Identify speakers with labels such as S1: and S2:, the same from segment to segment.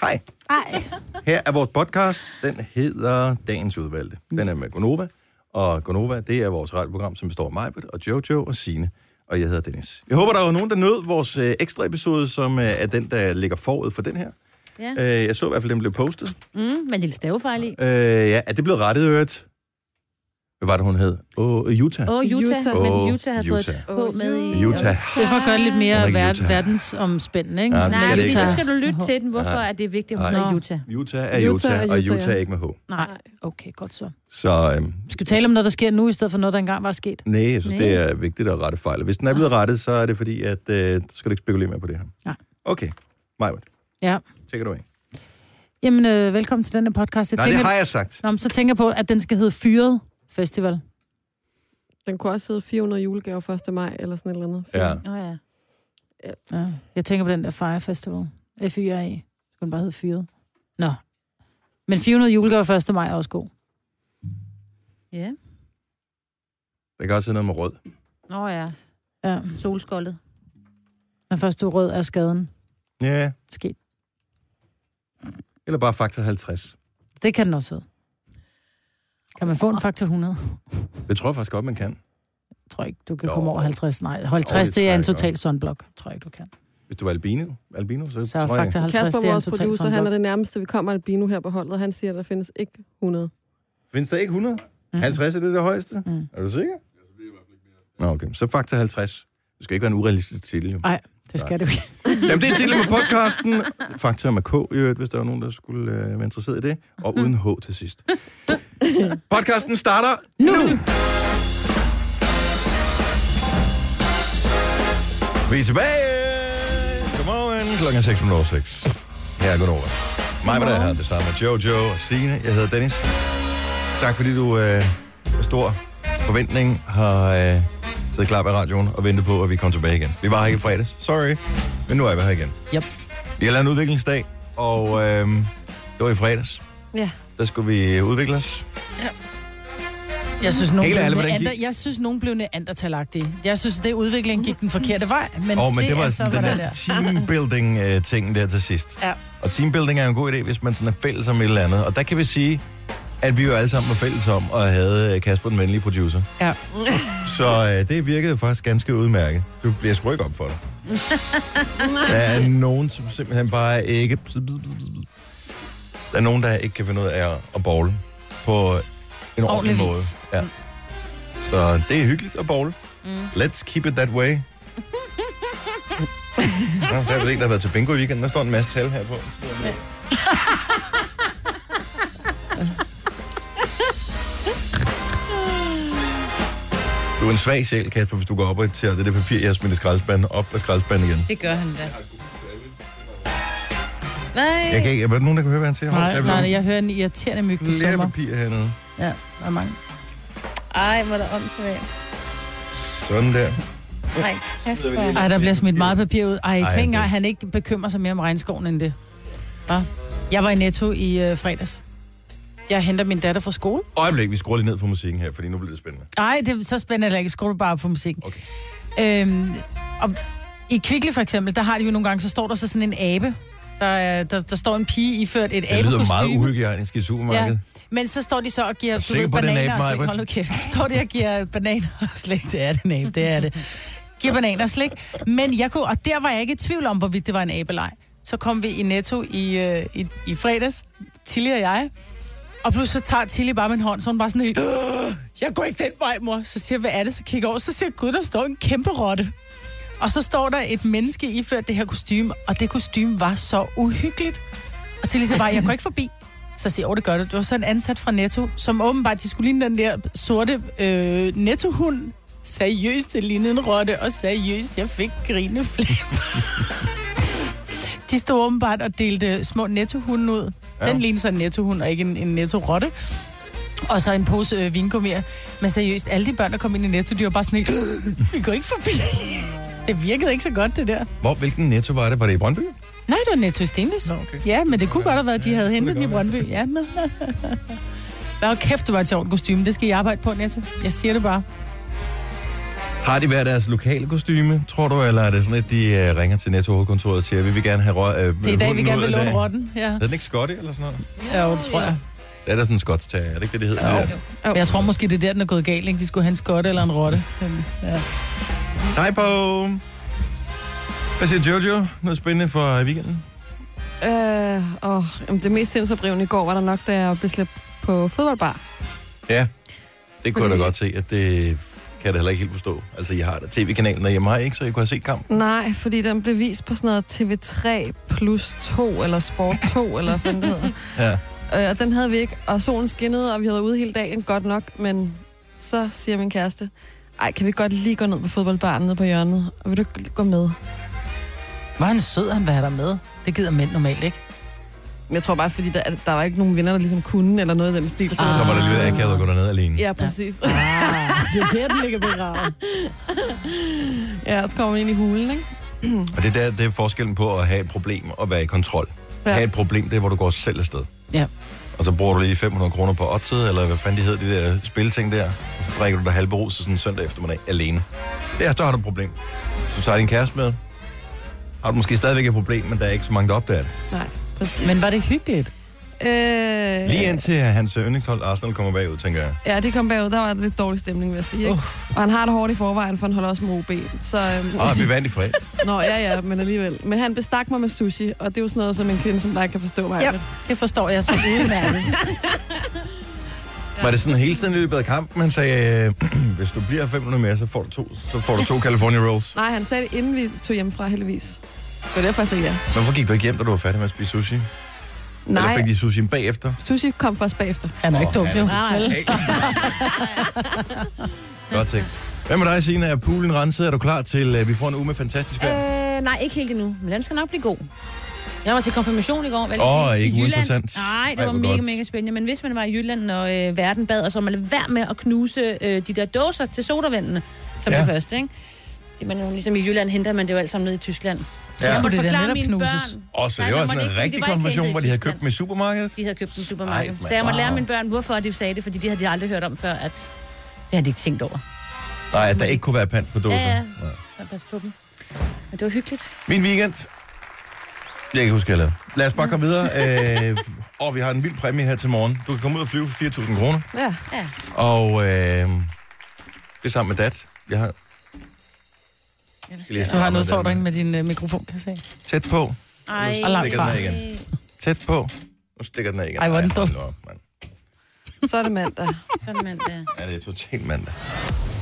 S1: Hej.
S2: Ej.
S1: Her er vores podcast. Den hedder Dagens Udvalgte. Den er med Gonova. Og Gonova, det er vores radioprogram, som består af Majbert og Jojo og Sine. Og jeg hedder Dennis. Jeg håber, der var nogen, der nød vores øh, ekstra episode, som øh, er den, der ligger forud for den her.
S3: Ja.
S1: Øh, jeg så i hvert fald, den blev postet.
S3: Mm, med en lille stavefejl i.
S1: Øh, ja, er det blevet rettet i øvrigt? Hvad var det, hun hed? Åh, oh, Utah.
S3: Åh, oh, Utah.
S2: Utah.
S3: Utah.
S1: Åh,
S2: Utah.
S3: Men Utah har fået et H med i.
S1: Utah.
S4: Det er for at gøre det lidt
S1: Hun er
S4: mere
S1: ikke
S4: ver-
S1: Utah.
S4: verdensomspændende, ikke?
S1: Ja, det
S3: Nej,
S1: skal det
S3: men
S1: ikke
S3: så
S1: være.
S3: skal du lytte til den, hvorfor
S1: Nej.
S3: er det vigtigt, at hun
S1: Nej.
S3: hedder Utah.
S1: Utah er Utah,
S2: Utah er
S1: og
S2: Utah,
S1: Utah
S2: ja.
S1: er ikke med H.
S3: Nej.
S4: Okay, godt så.
S1: Så øhm,
S4: Skal vi tale om noget, der sker nu, i stedet for noget, der engang var sket?
S1: nej, jeg synes,
S3: Næ.
S1: det er vigtigt at rette fejl. Og Hvis den er blevet
S3: Ah.
S1: rettet, så er det fordi, at øh, så skal du ikke spekulere mere på det her.
S4: Nej.
S1: Okay, Maja,
S4: Ja.
S1: take it away.
S4: Jamen, øh, velkommen til denne podcast. Jeg
S1: Nej, det
S4: tænker,
S1: har jeg sagt.
S4: Nå, men så tænker jeg på, at den skal hedde Fyret Festival.
S2: Den kunne også sidde 400 julegaver 1. maj, eller sådan et eller andet.
S1: Ja.
S3: Nå ja.
S4: Ja. Jeg tænker på den der Fire Festival. f y r -E. Så kunne den bare hedde Fyret. Nå. Men 400 julegaver 1. maj er også god.
S3: Ja.
S1: Der kan også sidde noget med rød.
S3: Nå ja.
S4: Ja.
S3: Solskoldet.
S4: Når først du er rød, er skaden
S1: Ja,
S4: sket.
S1: eller bare faktor 50.
S4: Det kan den også hedde. Kan man få en faktor 100?
S1: Det tror jeg faktisk godt, man kan.
S4: Jeg tror ikke, du kan
S1: Jo.
S4: komme over 50. Nej,
S1: Jo,
S4: 50
S1: det
S4: det er en
S1: tror jeg
S4: total sunblock. Tror jeg ikke, du kan.
S1: Hvis du er albino, albino så,
S4: Så
S1: så
S4: er
S1: tror jeg...
S4: faktor 50,
S2: Kasper,
S4: det er en
S2: vores
S4: total
S2: producer, han er
S4: sunblock.
S2: det nærmeste, vi kommer albino her på holdet. Han siger, at der findes ikke 100.
S1: Findes der ikke 100?
S4: Mhm.
S1: Mm. 50 er det det højeste? Mm. Er du sikker? Nå, okay. Så faktor 50. Det skal ikke være en urealistisk titel, jo.
S4: Nej, det skal du ikke.
S1: Jamen, det er titlen på podcasten. Fakta med K, i øvrigt, hvis der var nogen, der skulle øh, være interesseret i det. Og uden H til sidst. Podcasten starter nu! Vi er tilbage! Godmorgen, klokken er 6.06. Her er Gunova. Mig var der her, det samme med Jojo og Signe. Jeg hedder Dennis. Tak fordi du øh, med stor forventning har øh, siddet klar ved radioen og ventet på, at vi kom tilbage igen. Vi var her ikke i fredags. Sorry. Men nu er vi her igen.
S4: Yep.
S1: Vi har lavet en udviklingsdag, og øh, det var i fredags.
S2: Ja.
S1: Der skulle vi udvikle os.
S4: Jeg synes, nogen
S1: Helt
S4: blev
S1: ærligt, hvordan
S4: neander-
S1: gik-
S4: jeg synes, nogen blev neandertalagtige. Jeg synes, det udvikling gik den forkerte vej, men,
S1: Åh,
S4: oh,
S1: men det, var
S4: er så,
S1: sådan den
S4: hvordan
S1: der
S4: der.
S1: teambuilding-ting der til sidst.
S4: Ja.
S1: Og teambuilding er en god idé, hvis man sådan er fælles om et eller andet. Og der kan vi sige, at vi jo alle sammen var fælles om at have øh, Kasper, den venlige producer.
S4: Ja.
S1: Så øh, det virkede faktisk ganske udmærket. Du bliver sgu ikke op for dig. der er nogen, som simpelthen bare ikke... Der er nogen, der ikke kan finde ud af at- at bowle på en ordentlig
S4: Ordentlig
S1: måde.
S4: vis. Mm.
S1: Ja. Så det er hyggeligt at bowle.
S3: Mm.
S1: Let's keep it that way. Nå, der er vel ikke, der har været til bingo i weekenden. Der står en masse tal her på. Du er en svag sjæl, Kasper, hvis du går op og tager det der papir, jeg har smidt i skraldespanden, op af skraldespanden igen.
S3: Det gør han da. Nej.
S1: Jeg kan ikke, er der nogen, der kan høre, hvad han siger? Hov,
S4: Nej,
S1: der er
S4: nej,
S1: blevet
S4: jeg hører en irriterende myg, det
S1: flere
S4: summer.
S1: papir hernede.
S4: Ja, der er mange.
S3: Ej, hvor er der åndssvagt.
S1: Sådan der.
S3: Nej, Kasper.
S4: Ej, der bliver smidt meget papir ud. Ej,
S1: Ej,
S4: tænk engang,
S1: det-
S4: han ikke bekymrer sig mere om regnskoven end det. Hva? Jeg var i Netto i øh, fredags. Jeg henter min datter fra skole.
S1: Øjeblik, vi skruer lige ned for musikken her, fordi nu bliver det spændende.
S4: Nej, det er så spændende, at jeg ikke skole bare på musikken.
S1: Okay.
S4: Øhm, og I Kvickly for eksempel, der har de jo nogle gange, så står der så sådan en abe. Der, er- der, der står en pige iført et
S1: Det lyder meget
S4: abekostyme.
S1: uhygiejnisk i supermarkedet.
S4: Men så står de så og giver
S1: er
S4: du
S1: sikker
S4: ved,
S1: på, den er
S4: bananer
S1: abe,
S4: og slik.
S1: Maj-Brit.
S4: Hold nu kæft. Så står de og giver bananer og slik. Det er den abe, det er det. Giver bananer og slik. Men jeg kunne, og der var jeg ikke i tvivl om, hvorvidt det var en abelej. Så kom vi i Netto i, øh, i, i fredags, Tilly og jeg. Og pludselig så tager Tilly bare min hånd, så hun bare sådan helt... "Øh, Jeg går ikke den vej, mor. Så siger jeg, hvad er det? Så kigger jeg over, så siger jeg, gud, der står en kæmpe rotte. Og så står der et menneske iført det her kostume, og det kostume var så uhyggeligt. Og Tilly siger bare, jeg går ikke forbi. Så siger jeg, åh, det gør det. Det var så en ansat fra Netto, som åbenbart, de skulle ligne den der sorte øh, Netto-hund. Seriøst, det lignede en rotte, og seriøst, jeg fik grineflæb. de stod åbenbart og delte små Netto-hunde ud.
S1: Ja.
S4: Ja. Den lignede så en Netto-hund, og ikke en, en Netto-rotte. Og så en pose øh, vingummier. Men seriøst, alle de børn, der kom ind i Netto, de var bare sådan helt, vi går ikke forbi. det virkede ikke så godt, det der.
S1: Hvor, hvilken netto var det? Var det i Brøndby?
S4: Nej, det var Netto i Stenløs.
S1: Nå, okay.
S4: Ja, men det kunne godt have været, at de
S1: Ja,
S4: havde
S1: det
S4: hentet
S1: kunne det
S4: den i
S1: godt
S4: Brøndby. Ja, men... Hvad kæft, du var et sjovt kostume. Det skal I arbejde på, Netto. Jeg siger det bare.
S1: Har de hver deres lokale kostyme, tror du, eller er det sådan, at de uh, ringer til Netto hovedkontoret og siger, vi vil gerne have rø- uh,
S4: Det er i dag, vi gerne vil låne rotten. Ja.
S1: Er den ikke skottig eller sådan noget?
S4: ja, jo, det tror jeg.
S1: Det er da sådan en skotstag, er det ikke det, det hedder? Ja.
S4: Men jeg tror måske, det er der, den er gået galt. Ikke? De skulle have en skotte eller en rotte. Den- Ja.
S1: Typo! Hvad siger Jojo? Noget spændende for øh, weekenden?
S2: Øh, og, jamen, det mest sindsoprivende i går var der nok, da jeg blev slæbt på fodboldbar.
S1: Ja, det kunne jeg da
S2: Fordi-
S1: godt se, at det kan jeg da heller ikke helt forstå. Altså, I har da tv-kanalen derhjemme, har I ikke, så I kunne have set kampen?
S2: Nej, fordi den blev vist på sådan noget TV3 plus 2, eller Sport 2, eller hvad det hedder.
S1: Ja.
S2: Øh, og den havde vi ikke, og solen skinnede, og vi havde været ude hele dagen, godt nok, men så siger min kæreste, ej, kan vi godt lige gå ned på fodboldbaren nede på hjørnet, og vil du ikke gå med?
S4: Var han sød, han vil have dig med. Det gider mænd normalt ikke.
S2: Men jeg tror bare, fordi der, der var ikke nogen venner, der ligesom kunne, eller noget i den stil. Så,
S1: Så var det lidt
S4: Ah.
S1: akavet at gå derned alene.
S2: Ja, præcis. Ja.
S4: Ah, det er der, den ligger begravet.
S2: ja, så kommer man ind i hulen, ikke?
S1: Og det er, der, det er forskellen på at have et problem og være i kontrol. Ja.
S2: Ja.
S1: Have et problem, det er, hvor du går selv afsted.
S4: Ja.
S1: Og så bruger du lige 500 kroner på oddset, eller hvad fanden de hedder, de der spilting der. Og så drikker du dig halve rus sådan en søndag eftermiddag alene. Der, der har du et problem. Så tager din kæreste med. Har du måske stadigvæk et problem, men der er ikke så mange, der opdager det.
S2: Nej, præcis.
S4: Men var det hyggeligt?
S2: øh,
S1: Lige indtil hans yndlingshold Arsenal kommer bagud, tænker jeg.
S2: Ja, det kom bagud. Der var lidt dårlig stemning, vil jeg sige. Ikke? Og han har det hårdt i forvejen, for han holder også med OB. Så, øhm,
S1: Åh, Ah, vi vandt i fredag.
S2: Nå, ja, ja, men alligevel. Men han bestak mig med sushi, og det er jo sådan noget, som en kvinde som dig kan forstå mig.
S4: Ja.
S2: med.
S4: Det forstår jeg så udmærket.
S1: Var det sådan hele tiden i løbet af kampen, han sagde, øh, hvis du bliver 500 mere, så får du to, så får du to California Rolls.
S2: Nej, han sagde det, inden vi tog hjem fra, heldigvis. Det var derfor, jeg sagde ja.
S1: Men Hvorfor gik du ikke hjem, da du var færdig med at spise sushi? Eller
S2: Nej,
S1: fik de sushi bagefter?
S2: sushi kom først bagefter.
S4: Han er ikke dum, jo.
S2: Nej.
S1: Godt tænkt. Hvad med dig, Signe? Er poolen renset? Er du klar til, at vi får en uge med fantastisk vejr?
S5: Øh, nej, ikke helt endnu, men den skal nok blive god. Jeg var til konfirmation i går. vel?
S1: Åh,
S5: I
S1: ikke
S5: Jylland.
S1: uinteressant.
S5: Nej,
S1: Ej,
S5: det var
S1: hvor
S5: mega,
S1: godt.
S5: mega spændende. Men hvis man var i Jylland, og øh, verden bad, og så man lade være med at knuse øh, de der dåser til sodavandene, som
S1: Ja.
S5: ja. det første, ikke? Det man, jo- ligesom i Jylland henter man det jo alt sammen ned i Tyskland. Så
S1: Ja.
S5: jeg måtte
S4: Det er da
S5: forklare
S4: netop
S5: mine
S4: knuses.
S5: børn.
S1: Og så
S5: Nej,
S1: det var
S5: man
S1: sådan
S5: måtte
S1: en
S5: ikke,
S1: rigtig
S5: det var ikke hentet
S1: konfirmation,
S5: i
S1: hvor de havde
S5: Tyskland.
S1: købt dem i supermarkedet.
S5: De havde købt dem i
S1: Ej,
S5: supermarkedet.
S1: mand.
S5: Så jeg måtte
S1: Wow.
S5: lære mine børn, hvorfor de sagde det, fordi det havde de aldrig hørt om før, at det havde de ikke tænkt over.
S1: Nej, at der ikke kunne være pant på dåsen.
S5: Ja, ja.
S1: Nej.
S5: Så pas på dem. Men det var hyggeligt.
S1: Min weekend. Jeg kan ikke huske, hvad jeg lavede. Lad os bare komme videre. Øh, og vi har en vild præmie her til morgen. Du kan komme ud og flyve for 4.000 kroner.
S2: Ja.
S5: Ja.
S1: Og øh, det er sammen med dat. Jeg har
S5: Ja, hvad
S1: Skal lige
S4: Du
S1: snakke
S4: har en
S1: om,
S4: udfordring med din øh, mikrofon, kan jeg se.
S1: Tæt på.
S5: Ej.
S4: Og langt
S1: stikker den
S4: fra.
S1: af igen. Tæt på. Nu stikker den af igen.
S4: Ej, hvor er den
S1: hold
S4: dum.
S1: nu op, mand.
S2: Så er det mandag.
S5: Sådan mand, ja.
S1: Ja, det er totalt mandag.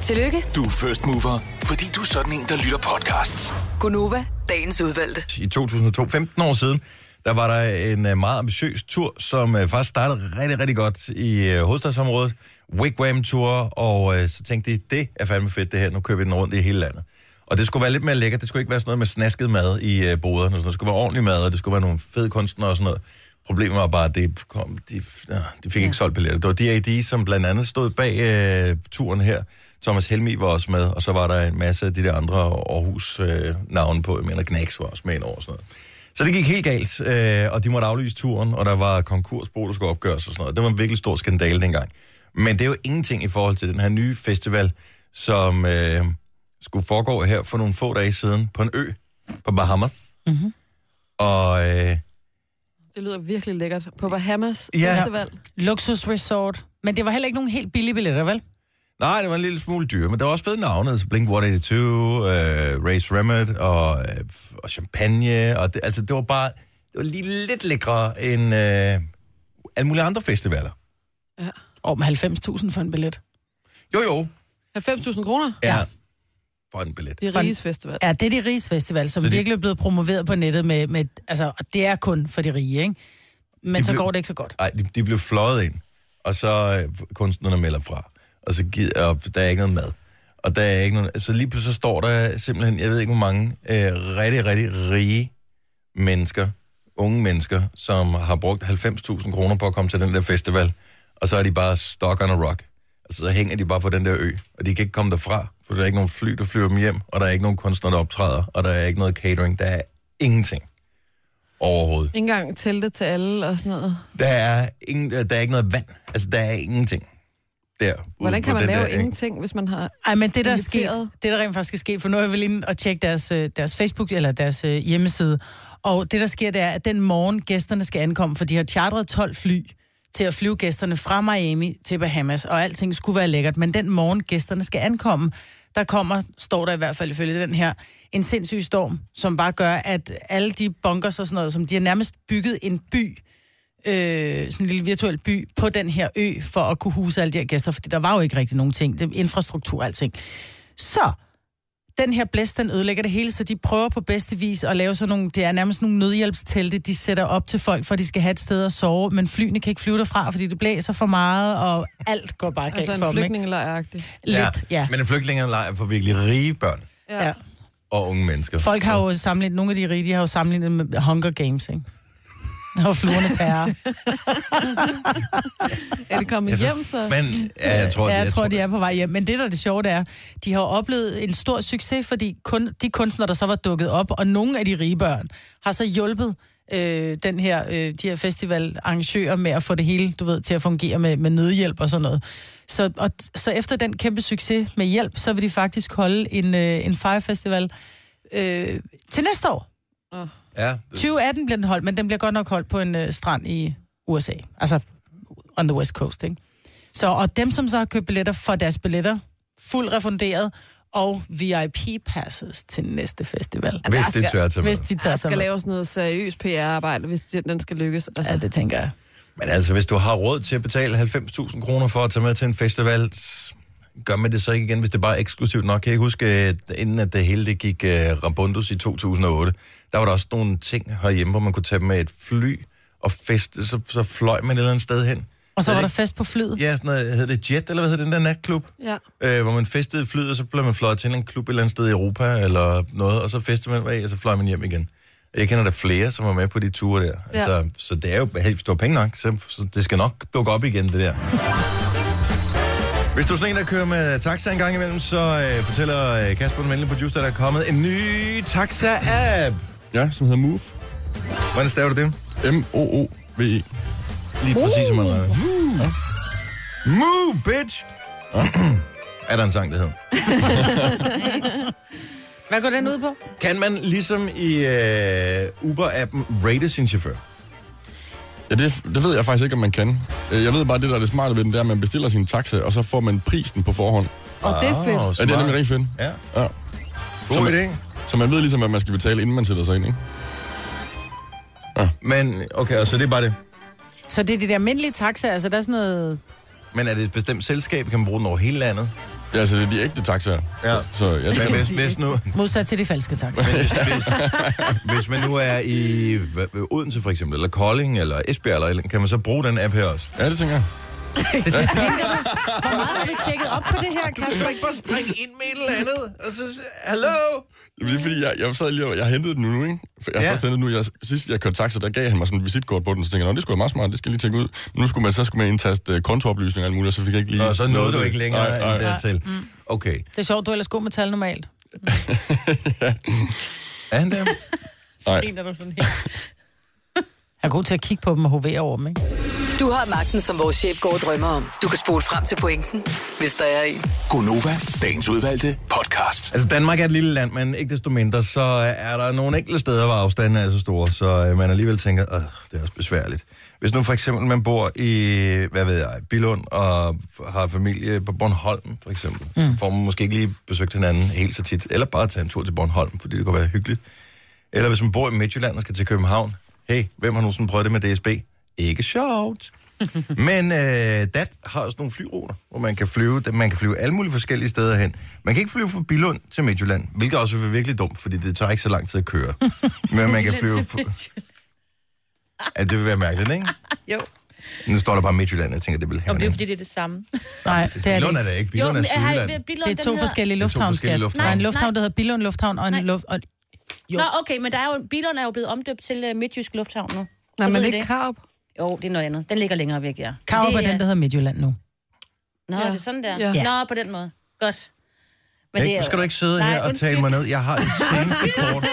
S6: Tillykke,
S7: Du er first mover, fordi du er sådan en, der lytter podcasts.
S6: Gunova, dagens udvalgte.
S1: I 2002, 15 år siden, der var der en øh, meget ambitiøs tur, som øh, faktisk startede rigtig, rigtig godt i øh, hovedstadsområdet. Wigwam Tour, og øh, så tænkte de, det er fandme fedt det her, nu kører vi den rundt i hele landet. Og det skulle være lidt mere lækkert, det skulle ikke være sådan noget med snasket mad i øh, boderne, og sådan noget. det skulle være ordentlig mad, og det skulle være nogle fede kunstnere og sådan noget. Problemet var bare, at det kom, de, ah, de fik ikke solgt billetter. Det var DAD, som blandt andet stod bag øh, turen her. Thomas Helmi var også med, og så var der en masse af de der andre Aarhus-navne på. Jeg mener, Knacks var også med ind over og sådan noget. Så det gik helt galt, øh, og de måtte aflyse turen, og der var konkursbo, der skulle opgøres og sådan noget. Det var en virkelig stor skandale dengang. Men det er jo ingenting i forhold til den her nye festival, som øh, skulle foregå her for nogle få dage siden på en ø på Bahamas. Mm-hmm. Og øh,
S2: Det lyder virkelig lækkert. På Bahamas
S1: Ja.
S2: ja. festival.
S4: Luksus resort. Men det var heller ikke nogen helt billige billetter, vel?
S1: Nej, det var en lille smule dyr, men der var også fede navne, altså Blink-182, øh, Race Remit og, øh, og Champagne, og det, altså det var bare, det var lige lidt lækre end øh, alle mulige andre festivaler.
S4: Om 90.000 for en billet.
S1: Jo jo,
S2: 90.000 kroner.
S1: ja,
S4: Ja.
S1: for en billet.
S2: Det er
S4: Grøn.
S2: riges festival.
S4: Ja, det er de riges festival, som
S1: Så de-
S4: virkelig er blevet promoveret på nettet med, med altså, og det er kun for de rige, ikke? Men
S1: De
S4: så
S1: blev-
S4: går det ikke så godt.
S1: Nej, de, de blev fløjet ind, og så øh, kunstnerne melder fra, og så gi- og der er ikke noget mad. Og der er ikke noget, så lige pludselig så står der simpelthen, jeg ved ikke hvor mange, øh, rigtig, rigtig rige mennesker, unge mennesker, som har brugt 90.000 kroner på at komme til den der festival, og så er de bare stuck on a rock. Altså, så hænger de bare på den der ø, og de kan ikke komme derfra, for der er ikke nogen fly, der flyver dem hjem, og der er ikke nogen kunstnere, der optræder, og der er ikke noget catering, der er ingenting overhovedet.
S2: Ikke engang telte til alle og sådan noget.
S1: Der er, ingen, der er ikke noget vand. Altså, der er ingenting. der.
S2: Hvordan kan man lave
S1: der,
S2: ingenting, hvis man har...
S4: Ej, men det der, er sket,
S2: Inviteret.
S4: det, der rent faktisk er sket, for nu er jeg vel inde og tjekke deres, øh, deres Facebook eller deres øh, hjemmeside, og det, der sker, det er, at den morgen gæsterne skal ankomme, for de har chartret 12 fly til at flyve gæsterne fra Miami til Bahamas, og alting skulle være lækkert, men den morgen gæsterne skal ankomme, der kommer, står der i hvert fald ifølge den her, en sindssyg storm, som bare gør, at alle de bunkers og sådan noget, som de har nærmest bygget en by, øh, sådan en lille virtuel by på den her ø, for at kunne huse alle de her gæster, fordi der var jo ikke rigtig nogen ting. Det er infrastruktur og alting. Så den her blæst, den ødelægger det hele, så de prøver på bedste vis at lave sådan nogle, det er nærmest nogle nødhjælpstelte, de sætter op til folk, for at de skal have et sted at sove, men flyene kan ikke flyve derfra, fordi det blæser for meget, og alt går bare galt
S2: Altså
S4: for
S2: en
S4: dem, ikke?
S2: flygtningelejragtig.
S4: Lidt, ja. ja.
S1: Men en flygtningelejr for virkelig rige børn
S4: ja.
S1: og unge mennesker.
S4: Folk har jo sammenlignet, nogle af de rige, de har jo sammenlignet med Hunger Games, ikke? Og fluernes herre.
S2: Er det kommet
S1: Altså,
S2: hjem, så...
S1: Men ja, jeg tror,
S4: ja, jeg,
S1: jeg
S4: tror, de er på vej hjem. Men det, der er det sjove, det er, de har jo oplevet en stor succes, fordi kun, de kunstnere, der så var dukket op, og nogle af de rige børn, har så hjulpet øh, den her, øh, de her festivalarrangører med at få det hele, du ved, til at fungere med, med nødhjælp og sådan noget. Så, og, t- så efter den kæmpe succes med hjælp, så vil de faktisk holde en, øh, en fejrefestival øh, til næste år.
S1: Ja,
S4: 2018 bliver den holdt, men den bliver godt nok holdt på en øh, strand i USA. Altså, on the west coast, ikke? Så, og dem, som så har købt billetter, får deres billetter fuldt refunderet, og VIP-passes til næste festival.
S1: hvis det tør til
S4: Hvis de tager
S2: Der
S4: sig
S2: skal
S4: med.
S2: laves noget seriøst PR-arbejde, hvis den den skal lykkes. Altså,
S4: Ja, det tænker jeg.
S1: Men altså, hvis du har råd til at betale 90.000 kroner for at tage med til en festival, s- gør man det så ikke igen, hvis det bare er eksklusivt nok? Kan jeg ikke huske, øh, inden at det hele det gik uh, Rambundus i 2008, der var der også nogle ting herhjemme, hvor man kunne tage med et fly og feste, så, så fløj man et eller andet sted hen.
S4: Og så
S1: Er
S4: var
S1: det
S4: der fest på flyet.
S1: Ja, sådan noget, hedder det Jet, eller hvad hedder den der natklub?
S2: ja.
S1: øh, hvor man festede i flyet, og så blev man fløjet til en eller anden klub et eller andet sted i Europa, eller noget, og så festede man bag, og så fløj man hjem igen. Jeg kender der flere, som var med på de ture der. Ja.
S2: Ja.
S1: Altså, så det er jo helt stor penge nok, så, så det skal nok dukke op igen, det der. Hvis du er sådan en, der kører med taxa en gang imellem, så øh, fortæller øh, Kasper, den venlige producer, der er kommet en ny taxa-app.
S8: Ja, som hedder Move.
S1: Hvordan staver du det?
S8: M-O-O-V-E.
S1: Lige præcis, som man har. Move, bitch! er der en sang, der hedder?
S4: Hvad går den ud på?
S1: Kan man ligesom i øh, Uber-appen rate sin chauffør?
S8: Ja, det, det ved jeg faktisk ikke, om man kan. Øh, Jeg ved bare, det der er det smarte ved den, det er, at man bestiller sin taxa, og så får man prisen på forhånd.
S2: Og det er fedt.
S8: Ja, det er nemlig rigtig fedt.
S1: Ah, Ja.
S8: Ja.
S1: God
S8: Som-
S1: idé.
S8: Så man ved ligesom, hvad man skal betale, inden man sætter sig ind, ikke?
S1: Men okay, og så det er bare det.
S4: Så det er de der almindelige taxaer, altså der er sådan noget...
S1: Men er det et bestemt selskab? Kan man bruge den over hele landet?
S8: Ja, altså, det er de ægte taxaer.
S1: Ja.
S8: Så, så ja, det
S1: Men
S8: kan
S1: hvis, hvis, nu,
S4: Modsat til de falske taxaer.
S1: men hvis, hvis, hvis man nu er i hvad- ved Odense for eksempel, eller Kolding, eller Esbjerg, eller, et eller andet, kan man så bruge den app her også?
S8: Ja, det tænker jeg.
S4: Hvor meget har du tjekket op på det her, Kasper?
S1: ikke bare springe ind med et eller andet, og så hallo?
S8: Jamen, Det er fordi, jeg, jeg sad lige og, jeg hentede den nu, ikke? For Jeg har
S1: Ja.
S8: først hentet den nu. Jeg, sidst jeg kørte taxa, der gav han mig sådan et visitkort på den, så tænkte jeg, "Nå, det skulle være meget smart, det skal jeg lige tjekke ud. Men nu skulle man, så skulle man indtaste øh, kontooplysninger og alt muligt, og så fik jeg ikke lige...
S1: Nå, så nåede du
S8: det.
S1: ikke længere
S8: Nej, nej.
S1: end dertil.
S2: Mm.
S1: Okay.
S4: Det er sjovt, du er ellers god med tal normalt.
S1: Er han der?
S5: Griner du sådan her?
S4: Jeg er god til at kigge på dem og hovere over dem, ikke?
S6: Du har magten, som vores chef går og drømmer om. Du kan spole frem til pointen, hvis der er en.
S7: Gonova, dagens udvalgte podcast.
S1: Altså, Danmark er et lille land, men ikke desto mindre, så øh, er der nogle enkelte steder, hvor afstanden er så store, så øh, man alligevel tænker, at det er også besværligt. Hvis nu for eksempel man bor i, hvad ved jeg, Billund og har familie på Bornholm, for eksempel, mm. får man måske ikke lige besøgt hinanden helt så tit, eller bare tage en tur til Bornholm, fordi det kunne være hyggeligt. Eller hvis man bor i Midtjylland og skal til København, hey, hvem har nogensinde prøvet det med DSB? Ikke sjovt. Men øh, DAT har også nogle flyruter, hvor man kan flyve. Man kan flyve alle mulige forskellige steder hen. Man kan ikke flyve fra Billund til Midtjylland, hvilket også vil være virkelig dumt, fordi det tager ikke så lang tid at køre. Men man kan flyve... Fra... Ja, det vil være mærkeligt, ikke?
S5: Jo.
S1: Nu står der bare Midtjylland, og jeg tænker, det vil have
S5: Om det er jo, fordi det er det samme.
S4: Nej, det er det
S1: Billund
S4: ikke.
S1: er det ikke.
S5: Jo,
S1: Billund er
S5: har I-
S1: Sydjylland.
S5: Billund,
S4: Det er to
S5: den hedder-
S4: forskellige
S1: Det er to
S4: lufthavne,
S1: forskellige
S4: skat.
S1: lufthavne.
S4: Der er en
S1: Nej,
S4: lufthavn,
S5: nej.
S4: der hedder Billund Lufthavn, og en,
S5: Nej.
S4: luft, og Jo.
S5: Nå, okay, men der er jo, Billund er jo blevet omdøbt til øh, Midtjysk Lufthavn nu.
S2: Nej,
S5: Så
S2: men
S5: ved I
S2: ikke
S5: det.
S2: Karup.
S5: Jo, det er noget andet. Den ligger længere væk, ja.
S4: Karup
S5: Det
S4: er den, der hedder Midtjylland nu.
S5: Nå,
S2: Ja.
S5: det er sådan der.
S2: Ja.
S5: Nå, på den måde. Godt.
S1: Ikke? Nu skal du ikke sidde
S5: Nej,
S1: her og
S5: undskyld.
S1: tale mig ned. Jeg har et seneste kort.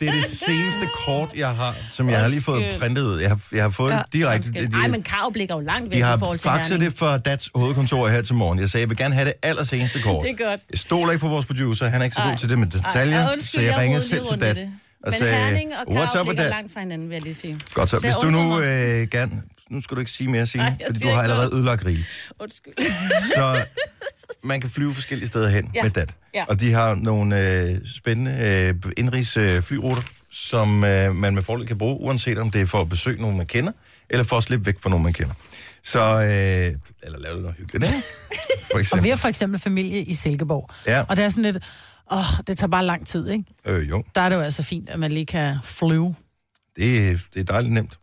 S1: Det er det seneste kort, jeg har, som jeg har lige fået printet ud. Jeg har, jeg har fået ja,
S2: Ja,
S1: det direkte.
S2: undskyld.
S1: de-
S5: Nej, men Karup ligger jo langt væk
S1: De
S5: i
S1: har
S5: forhold til
S1: faxet
S5: Herning.
S1: det fra DATs hovedkontor her til morgen. Jeg sagde, jeg vil gerne have det allerseneste kort.
S5: Det er godt.
S1: Jeg stoler ikke på vores producer, han er ikke så god
S5: Ej.
S1: til det med detaljer,
S5: Ej, og undskyld,
S1: så jeg,
S5: jeg
S1: ringede
S5: rodede
S1: selv
S5: lige
S1: til
S5: rundt i
S1: DAT
S5: det.
S1: og
S5: Men
S1: sagde,
S5: Herning og
S1: what's
S5: Karup
S1: up with
S5: ligger
S1: that?
S5: langt fra hinanden, vil jeg lige sige.
S1: Godt så,
S5: Det
S1: hvis du nu
S5: undrer
S1: øh, gerne... Nu skal du ikke sige mere, Signe,
S5: Nej, jeg
S1: fordi du
S5: siger
S1: har
S5: ikke
S1: allerede ødelagt rigeligt.
S5: Undskyld.
S1: Så man kan flyve forskellige steder hen ja.
S5: Ja,
S1: med DAT.
S5: ja.
S1: Og de har nogle øh, spændende øh, indrigs øh, flyruter, som øh, man med fordel kan bruge, uanset om det er for at besøge nogen, man kender, eller for at slippe væk fra nogen, man kender. Så, øh, eller lave noget hyggeligt, ikke? For
S4: Og vi
S1: eksempel.
S4: har for eksempel familie i Silkeborg.
S1: Ja.
S4: Og det er sådan lidt, åh, oh, det tager bare lang tid, ikke?
S1: Øh, jo,
S4: Der er det jo altså fint, at man lige kan flyve.
S1: det, det er dejligt nemt.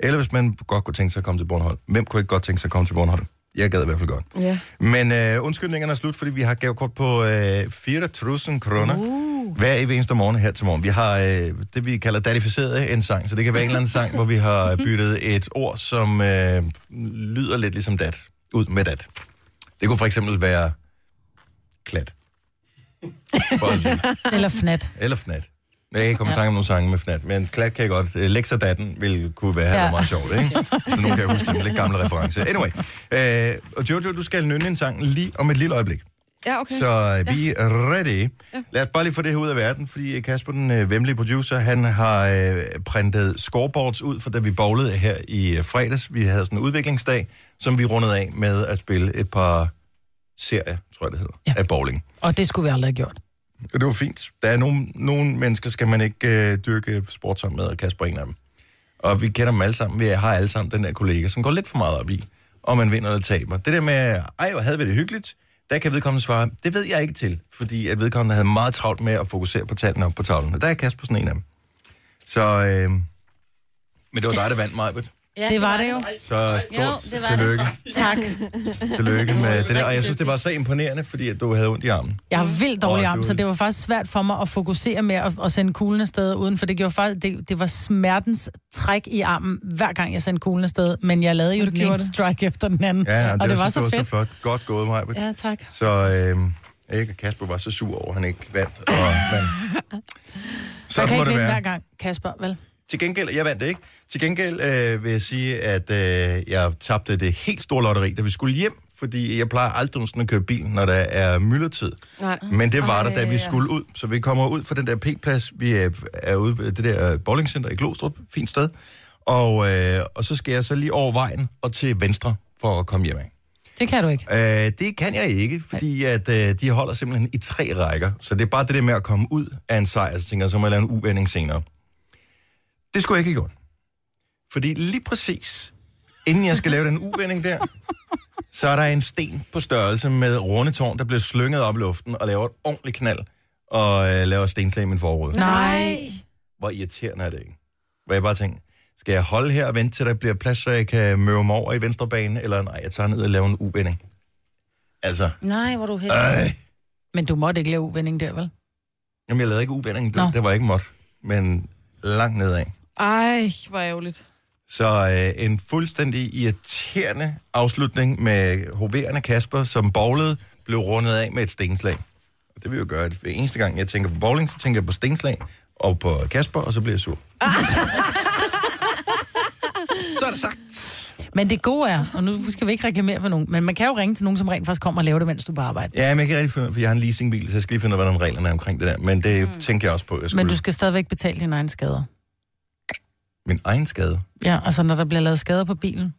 S1: Eller hvis man godt kunne tænke sig at komme til Bornholm. Hvem kunne ikke godt tænke sig at komme til Bornholm? Jeg gad i hvert fald godt.
S2: Ja.
S1: Men øh, undskyldningerne er slut, fordi vi har gavekort på øh, 4.000 kroner uh. hver evig eneste morgen her til morgen. Vi har øh, det, vi kalder datificeret en sang, så det kan være en eller anden sang, hvor vi har byttet et ord, som øh, lyder lidt ligesom dat, ud med dat. Det kunne for eksempel være klat. For at sige.
S4: Eller fnat.
S1: Eller fnat. Jeg kan ikke komme i tanke om nogle sange med fnat, men klat kan jeg godt. Øh, Lex og datten ville kunne være her, ja.
S4: Ja.
S1: meget sjovt, ikke? Så nu kan jeg huske den lidt gamle reference. Anyway, øh, og Jojo, du skal nynne en sang lige om et lille øjeblik.
S2: Ja, okay.
S1: Så øh, vi er ready. Lad os bare lige få det her ud af verden, fordi øh, Kasper, den øh, vemmelige producer, han har øh, printet scoreboards ud, for da vi bowlede her i øh, fredags, vi havde sådan en udviklingsdag, som vi rundede af med at spille et par serier, tror jeg det hedder, ja.
S4: Ja.
S1: af bowling.
S4: Og det skulle vi aldrig have gjort.
S1: Og det var fint. Der er nogle, nogle mennesker, skal man ikke øh, dyrke sport sammen med, og Kasper er en af dem. Og vi kender dem alle sammen. Vi har alle sammen den der kollega, som går lidt for meget op i, om man vinder eller taber. Det der med, ej, hvor havde vi det hyggeligt, der kan vedkommende svare, det ved jeg ikke til, fordi at vedkommende havde meget travlt med at fokusere på tallene op på tavlen. Og der er Kasper sådan en af dem. Så, øh, men det var dig, der vandt mig,
S5: Ja,
S4: Det var det jo.
S1: så stort
S5: Jo, det var det.
S1: tillykke.
S4: Tak.
S1: Tillykke med det der. Og jeg synes, det var så imponerende, fordi at du havde ondt i armen.
S4: Jeg har vildt
S1: Åh,
S4: dårlig
S1: det
S4: arm,
S1: var-
S4: så det var faktisk svært for mig at fokusere med at, at sende kuglen afsted uden, for det gjorde faktisk, det, det var smertens træk i armen, hver gang jeg sendte kuglen afsted, men jeg lavede jo
S2: Du
S4: den
S2: gjorde
S4: ene
S2: det.
S4: strike efter den anden,
S1: Ja,
S4: og det, var,
S1: synes
S4: så
S1: jeg
S4: fedt.
S1: så flot. Godt gået, mig.
S4: Ja, tak.
S1: Så øh, ikke, og Kasper var så sur over, at han ikke vandt. Og, men,
S4: Så
S1: sådan
S4: kan
S1: må
S4: ikke
S1: det
S4: vinde hver
S1: være.
S4: gang, Kasper, vel?
S1: Til gengæld, jeg vandt det ikke. Til gengæld øh, vil jeg sige, at øh, jeg tabte det helt store lotteri, da vi skulle hjem, fordi jeg plejer aldrig sådan at køre bil, når der er myldretid.
S2: Nej.
S4: Ah.
S1: Men det var
S2: Ej,
S1: der, da vi
S2: ja.
S1: skulle ud. Så vi kommer ud fra den der P-plads. Vi er, er ude ved det der øh, bowlingcenter i Glostrup. Fint sted. Og, øh, og så skal jeg så lige over vejen og til venstre for at komme hjem af.
S4: Det kan du ikke.
S1: Øh, det kan jeg ikke, fordi at, øh, de holder simpelthen i tre rækker. Så det er bare det der med at komme ud af en sejr, så tænker jeg, så må jeg lave en uvending senere. Det skulle jeg ikke have gjort. Fordi lige præcis, inden jeg skal lave den uvending der, så er der en sten på størrelse med rundetårn, der bliver slynget op i luften og laver et ordentligt knald og øh, laver stenslag i min forråd.
S4: Nej.
S1: Hvor irriterende er det ikke? Hvor jeg bare tænker, skal jeg holde her og vente til der bliver plads, så jeg kan møve mig over i venstre bane, eller nej, jeg tager ned og laver en uvending. Altså,
S5: Nej, hvor er du heldig.
S1: Ej.
S4: Men du måtte ikke lave uvending der, vel?
S1: Jamen, jeg lavede ikke uvending.
S4: Nå.
S1: Det, det var ikke måt. Men langt nedad.
S2: Ej, hvor ærgerligt.
S1: Så øh, en fuldstændig irriterende afslutning med hoverende Kasper, som bowlede, blev rundet af med et stenslag. Og det vil jo gøre, at hver eneste gang, jeg tænker på bowling, så tænker jeg på stenslag og på Kasper, og så bliver jeg sur. så er det sagt.
S4: Men det gode er, og nu skal vi ikke reklamere for nogen, men man kan jo ringe til nogen, som rent faktisk kommer og laver det, mens du er på arbejde.
S1: Ja, men jeg kan ikke rigtig finde ud af, for jeg har en leasingbil, så jeg skal lige finde ud af, hvordan reglerne er omkring det der. Men det mm. tænker jeg også på. Jeg skulle...
S4: Men du skal stadigvæk betale dine egne skader.
S1: Min egen skade.
S4: Ja, altså når der bliver lavet skader på bilen,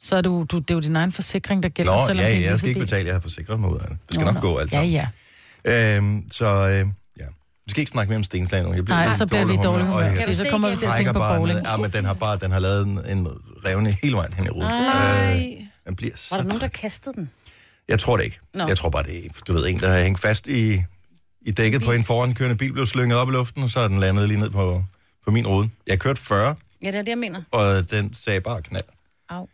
S4: så er du, du, det er jo din egen forsikring, der gælder,
S1: Nå,
S4: selvom
S1: ja,
S4: det er en
S1: ja, jeg skal
S4: leasingbil.
S1: ikke betale. Jeg har forsikret mig ud af det. Det skal
S4: Nå,
S1: nok
S4: nå.
S1: gå alt
S4: Ja,
S1: sammen.
S4: ja.
S1: Øhm, så øh, ja. Vi skal ikke snakke mere om stenslag nu. Jeg bliver
S4: Nej,
S1: lidt
S4: så bliver vi i dårlig humør.
S1: og
S4: Fordi
S1: jeg
S4: så kommer vi til at tænke
S1: trækker
S4: på
S1: bare
S4: bowling.
S1: ned. Ja, men den har bare den har lavet en, en revne hele vejen hen i ruden. Øh, den bliver så
S5: Var der nogen,
S1: træt.
S5: der kastede den?
S1: Jeg tror det ikke.
S5: Nå.
S1: Jeg tror bare, det er du ved, en, der har hængt fast i, i dækket på en forankørende bil, blev slynget op i luften, og så er den landet lige ned på, på min rude. Jeg kørte 40,
S5: Ja, det er det, jeg mener.
S1: og den sagde bare knald.
S5: Au.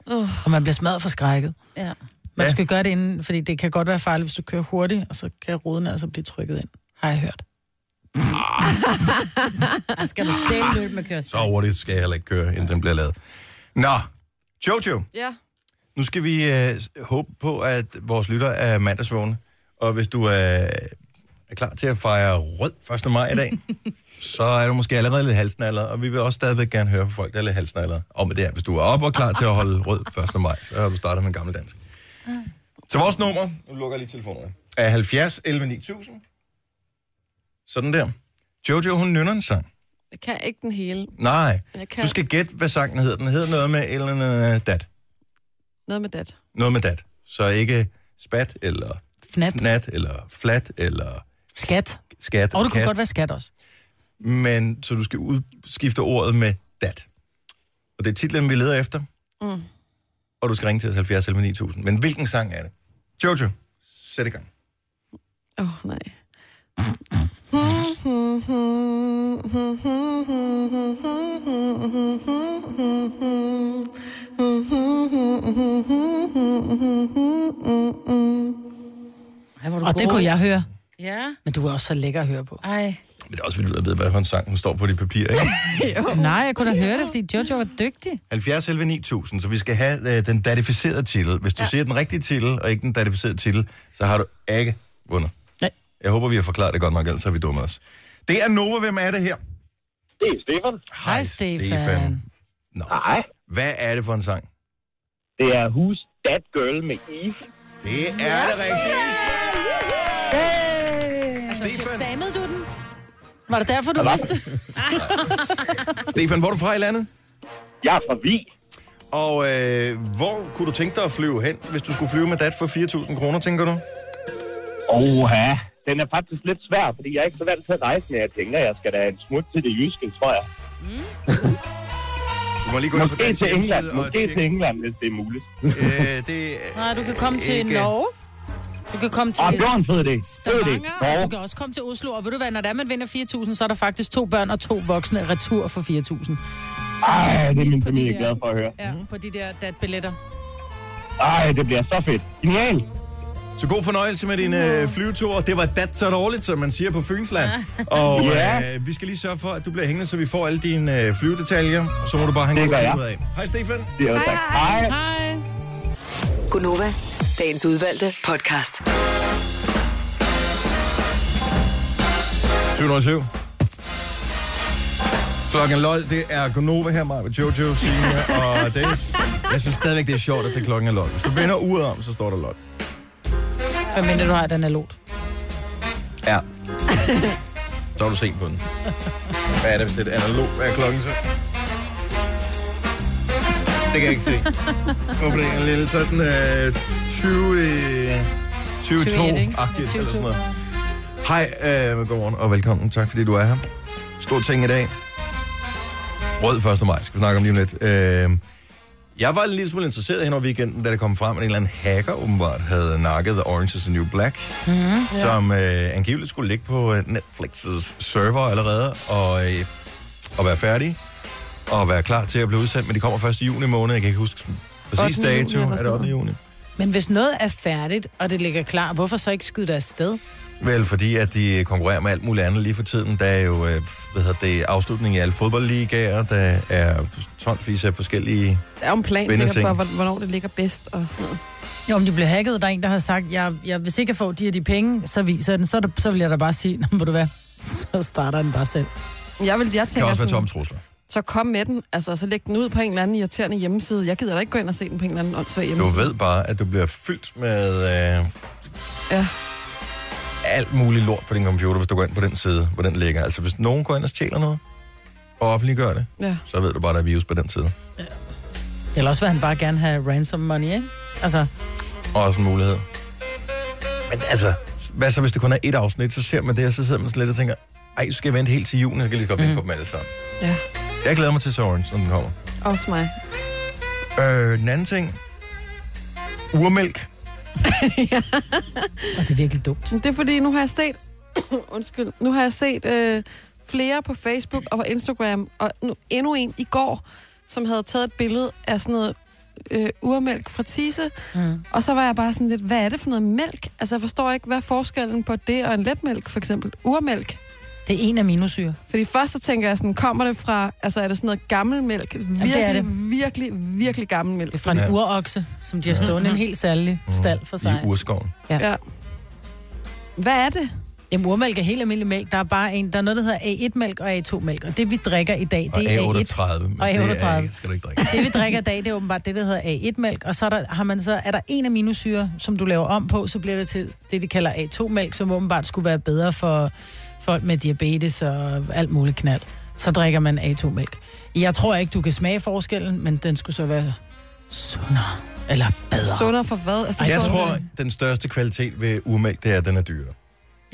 S4: Og man bliver smadret for skrækket.
S5: Ja.
S4: Man
S1: Ja.
S4: ja. skal gøre det inden, fordi det kan godt være farligt, hvis du kører hurtigt, og så kan ruden altså blive trykket ind. Har jeg hørt.
S5: Jeg skal du dele løb med kørsel.
S1: Så hurtigt skal jeg heller ikke køre, inden den bliver lavet. Nå, Jojo.
S2: Ja.
S1: Nu skal vi øh, håbe på, at vores lytter øh, er mandagsvågne. Og hvis du er, er klar til at fejre rød 1. maj i dag, så er du måske allerede lidt halsnaller, og vi vil også stadigvæk gerne høre fra folk, der er lidt halsnaller. Og med det er, hvis du er op og klar til at holde rød 1. maj, så har du startet med en gammel dansk. Så vores nummer, nu lukker jeg lige telefonerne, er 70 11 9000. Sådan der. Jojo, hun nynner en sang.
S2: Jeg kan ikke den hele.
S1: Nej,
S2: Jeg kan
S1: du skal gætte, hvad sangen hedder. Den hedder noget med eller øh, dat.
S2: noget med dat.
S1: Noget med dat. Så ikke spat, eller
S4: Fnat.
S1: nat, eller flat, eller
S4: Skat.
S1: skat.
S4: Og det kunne
S1: kat.
S4: godt være skat også.
S1: men så du skal udskifte ordet med dat. Og det er titlen, vi leder efter. Mm. Og du skal ringe til os 70 11 9000. Men hvilken sang er det? Jojo, sæt i gang.
S2: Åh, oh, nej.
S5: Ej, hvor er du
S4: Og det kunne jeg høre.
S5: Ja.
S4: Men du er også så lækker at høre på.
S5: Ej.
S1: Men det er også fordi, du ved, hvad for en sang, hun står på dit papir, ikke?
S4: Nej, jeg kunne da høre det, fordi Jojo var dygtig.
S1: 70 11 9000, så vi skal have øh, den datificerede titel. Hvis du ja. siger den rigtige titel, og ikke den datificerede titel, så har du ikke vundet.
S4: Nej.
S1: Jeg håber, vi har forklaret det godt nok, ellers er vi dumme os. Det er Nova, hvem er det her?
S9: Det er Stefan.
S4: Hej, Stefan.
S1: Nå,
S9: Nej,
S1: hvad er det for en sang?
S9: det er Who's That Girl med Eve.
S1: Det er det rigtige.
S4: Altså,
S1: Stefan.
S4: shazammede du den? Var det derfor, du vidste?
S1: Stefan, hvor er du fra i landet?
S9: Jeg er fra Vi.
S1: Og øh, hvor kunne du tænke dig at flyve hen, hvis du skulle flyve med DAT for 4.000 kroner, tænker du?
S9: Oha. Den er faktisk lidt svær, fordi jeg er ikke så vant til at rejse, men jeg tænker, jeg skal da en smut til det jyske, tror jeg.
S1: Mm. Du må lige gå ind på
S9: Måske
S1: DATs
S9: til England,
S1: hjemmeside og
S9: måske til
S1: tjekke.
S9: England, hvis det er muligt.
S1: Øh, det er
S4: Nej, du kan komme til
S1: Ikke.
S4: Norge. Du kan komme til
S9: Åh, Ah, det var en fed idé. Fed idé.
S4: Stavanger,
S9: Nå,
S4: og du kan også komme til Oslo. Og ved du hvad, når det er, man vinder 4.000, så er der faktisk to børn og to voksne retur for 4.000. Så er der
S9: Ej, det
S4: snit
S9: er min
S4: på de
S9: familie
S4: der-
S9: glad for at høre.
S4: Ja, på de der datbilletter.
S9: Ej, det bliver så fedt. Genialt.
S1: Så god fornøjelse med din øh, flyvetur. Det var dat så dårligt, som man siger på Fynsland. Og
S9: Ja.
S1: øh, vi skal lige sørge for, at du bliver hængende, så vi får alle dine øh, flyvedetaljer. Og så må du bare have en
S9: Det
S1: god
S9: gør
S1: tur
S9: jeg.
S1: ud af. Hej Stefan.
S9: Det er jo tak. Hej.
S4: Hej.
S6: Gunova, dagens udvalgte podcast.
S1: 707. Klokken er lol, det er Gonova her, mig med Jojo, Signe og Dennis. Jeg synes stadigvæk, det er sjovt, at det er klokken er lol. Hvis du vender uret om, så står der lol.
S4: Hvad mindre du har den alot?
S1: Ja. Så er du sent på den. Hvad er det, hvis det er et analog? Hvad er klokken så? Det kan jeg ikke se. Hvorfor det er en lille sådan øh, 20... øh, 22
S4: 21, ikke?
S1: 22
S4: Ja,
S1: eller sådan noget. Hej, øh, godmorgen og velkommen. Tak fordi du er her. Stor ting i dag. Rød 1. maj, skal vi snakke om lige om lidt. Øh, jeg var en lille smule interesseret hen over weekenden, da det kom frem, at en eller anden hacker åbenbart havde nakket The Orange is the New Black, mm, som øh, angiveligt skulle ligge på øh, Netflix's server allerede og, øh, og være færdig og være klar til at blive udsendt, men de kommer først i juni måned. Jeg kan ikke huske præcis
S2: 8. juni
S1: dato.
S2: eller
S1: Er det
S2: sådan
S1: 8. juni?
S4: Men hvis noget er færdigt, og det ligger klar, hvorfor så ikke skyde det afsted?
S1: Vel, fordi at de konkurrerer med alt muligt andet lige for tiden. Der er jo øh, hvad hedder det, afslutningen i alle fodboldligaer, der er tonsvis af forskellige...
S2: Der er jo en plan
S1: Spændende
S2: sikkert for,
S1: ting.
S2: hvor- hvornår det ligger bedst og sådan noget.
S4: Jo, om de bliver hacket, der er en, der har sagt, jeg, jeg, hvis ikke jeg får de her de penge, så viser jeg den, så, er der, så vil jeg da bare sige, "Nå, ved du hvad, så starter den bare selv.
S2: Jeg, vil, jeg
S1: Det kan
S2: tænker
S1: også være
S2: sådan,
S1: tomme trusler.
S2: så kom med den, altså så læg den ud på en eller anden irriterende hjemmeside. Jeg gider da ikke gå ind og se den på en eller anden åndssvag
S1: Du
S2: hjemmeside.
S1: ved bare, at du bliver fyldt med øh,
S2: Ja.
S1: alt muligt lort på din computer, hvis du går ind på den side, hvor den ligger. Altså, hvis nogen går ind og stjæler noget, og offentliggør det,
S2: Ja.
S1: så ved du bare, at der er virus på den side.
S4: Eller også vil han bare gerne have ransom money, ikke? Altså,
S1: Også en mulighed. Men altså, hvad så, hvis det kun er et afsnit, så ser man det, og så sidder man sådan lidt og tænker, ej, så skal jeg vente helt til juni, så kan jeg lige så godt vente på dem alle sammen.
S2: Ja.
S1: Jeg glæder mig til Soren, når den kommer.
S2: Også mig.
S1: Øh, den anden ting. Urmælk.
S4: og det er virkelig dumt.
S2: Men det er fordi, nu har jeg set... undskyld. Nu har jeg set øh, flere på Facebook og på Instagram, og nu, endnu en i går, som havde taget et billede af sådan noget øh, urmælk fra Tise. Mm. Og så var jeg bare sådan lidt, hvad er det for noget mælk? Altså, jeg forstår ikke, hvad er forskellen på det og en letmælk, for eksempel. Urmælk.
S4: Det er en af minusyre.
S2: Fordi først så tænker jeg sådan, kommer det fra, altså er det sådan noget gammel mælk? Virkelig,
S4: det er
S2: det. virkelig, virkelig gammel mælk.
S4: Det er fra en
S1: Ja. Mm.
S4: ja. urokse, som de har stående i en helt særlig stald for sig.
S1: I urskoven.
S2: Ja. Hvad er det?
S4: Jamen, urmælk er helt almindelig mælk. Der er bare en, der er noget, der hedder A1-mælk og A2-mælk. Og det, vi drikker i dag,
S1: Og
S4: det er
S1: A38.
S4: A1.
S1: men
S4: Og
S1: Det er,
S4: A38.
S1: ikke- skal du ikke drikke.
S4: Det, vi drikker i dag, det er åbenbart det, der hedder A1-mælk. Og så er der, har man så, er der en aminosyre, som du laver om på, så bliver det til det, de kalder A2-mælk, som åbenbart skulle være bedre for folk med diabetes og alt muligt knald. Så drikker man A2-mælk. Jeg tror ikke, du kan smage forskellen, men den skulle så være sundere eller bedre.
S2: Sundere for hvad? Altså, det,
S1: Jeg
S2: står-
S1: tror, den største kvalitet ved urmælk, det er, at den er dyr.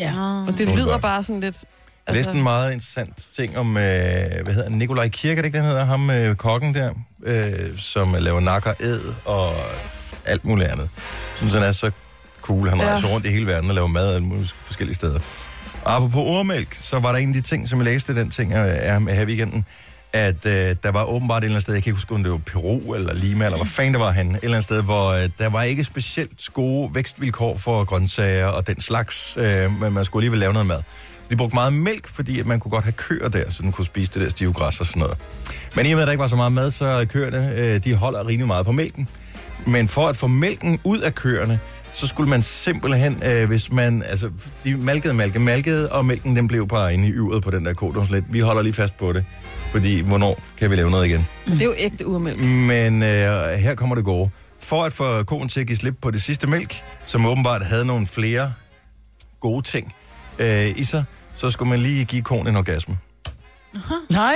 S2: Ah. og det lyder bare sådan lidt...
S1: Altså... Læste en meget interessant ting om, øh, hvad hedder han, Nikolaj Kirk, er det ikke, den hedder? Ham, øh, kokken der, øh, som laver nakker æd og alt muligt andet. Synes, han er så cool. Han
S2: Ja.
S1: rejser rundt i hele verden og laver mad af mulige forskellige steder. Og på ordmælk, så var der en af de ting, som jeg læste den ting øh, af ham her i weekenden, at øh, der var åbenbart et eller andet sted, jeg kan ikke huske, om det var Peru eller Lima, eller hvor fanden der var han, et eller andet sted, hvor øh, der var ikke specielt gode vækstvilkår for grøntsager og den slags, øh, men man skulle alligevel lave noget mad. De brugte meget mælk, fordi at man kunne godt have køer der, så den kunne spise det der stive græs og sådan noget. Men i og med, at der ikke var så meget mad, så køerne, øh, de holder rimelig meget på mælken. Men for at få mælken ud af køerne, så skulle man simpelthen, øh, hvis man, altså, de malkede, malkede, malkede, og mælken den blev bare inde i yveret på den der ko, der var sådan lidt, vi holder lige fast på det, fordi hvornår kan vi lave noget igen?
S2: Det er jo ægte urmælk.
S1: Men øh, her kommer det gode. For at få koen til at give slip på det sidste mælk, som åbenbart havde nogle flere gode ting øh, i sig, så skulle man lige give koen en orgasme.
S4: Nej,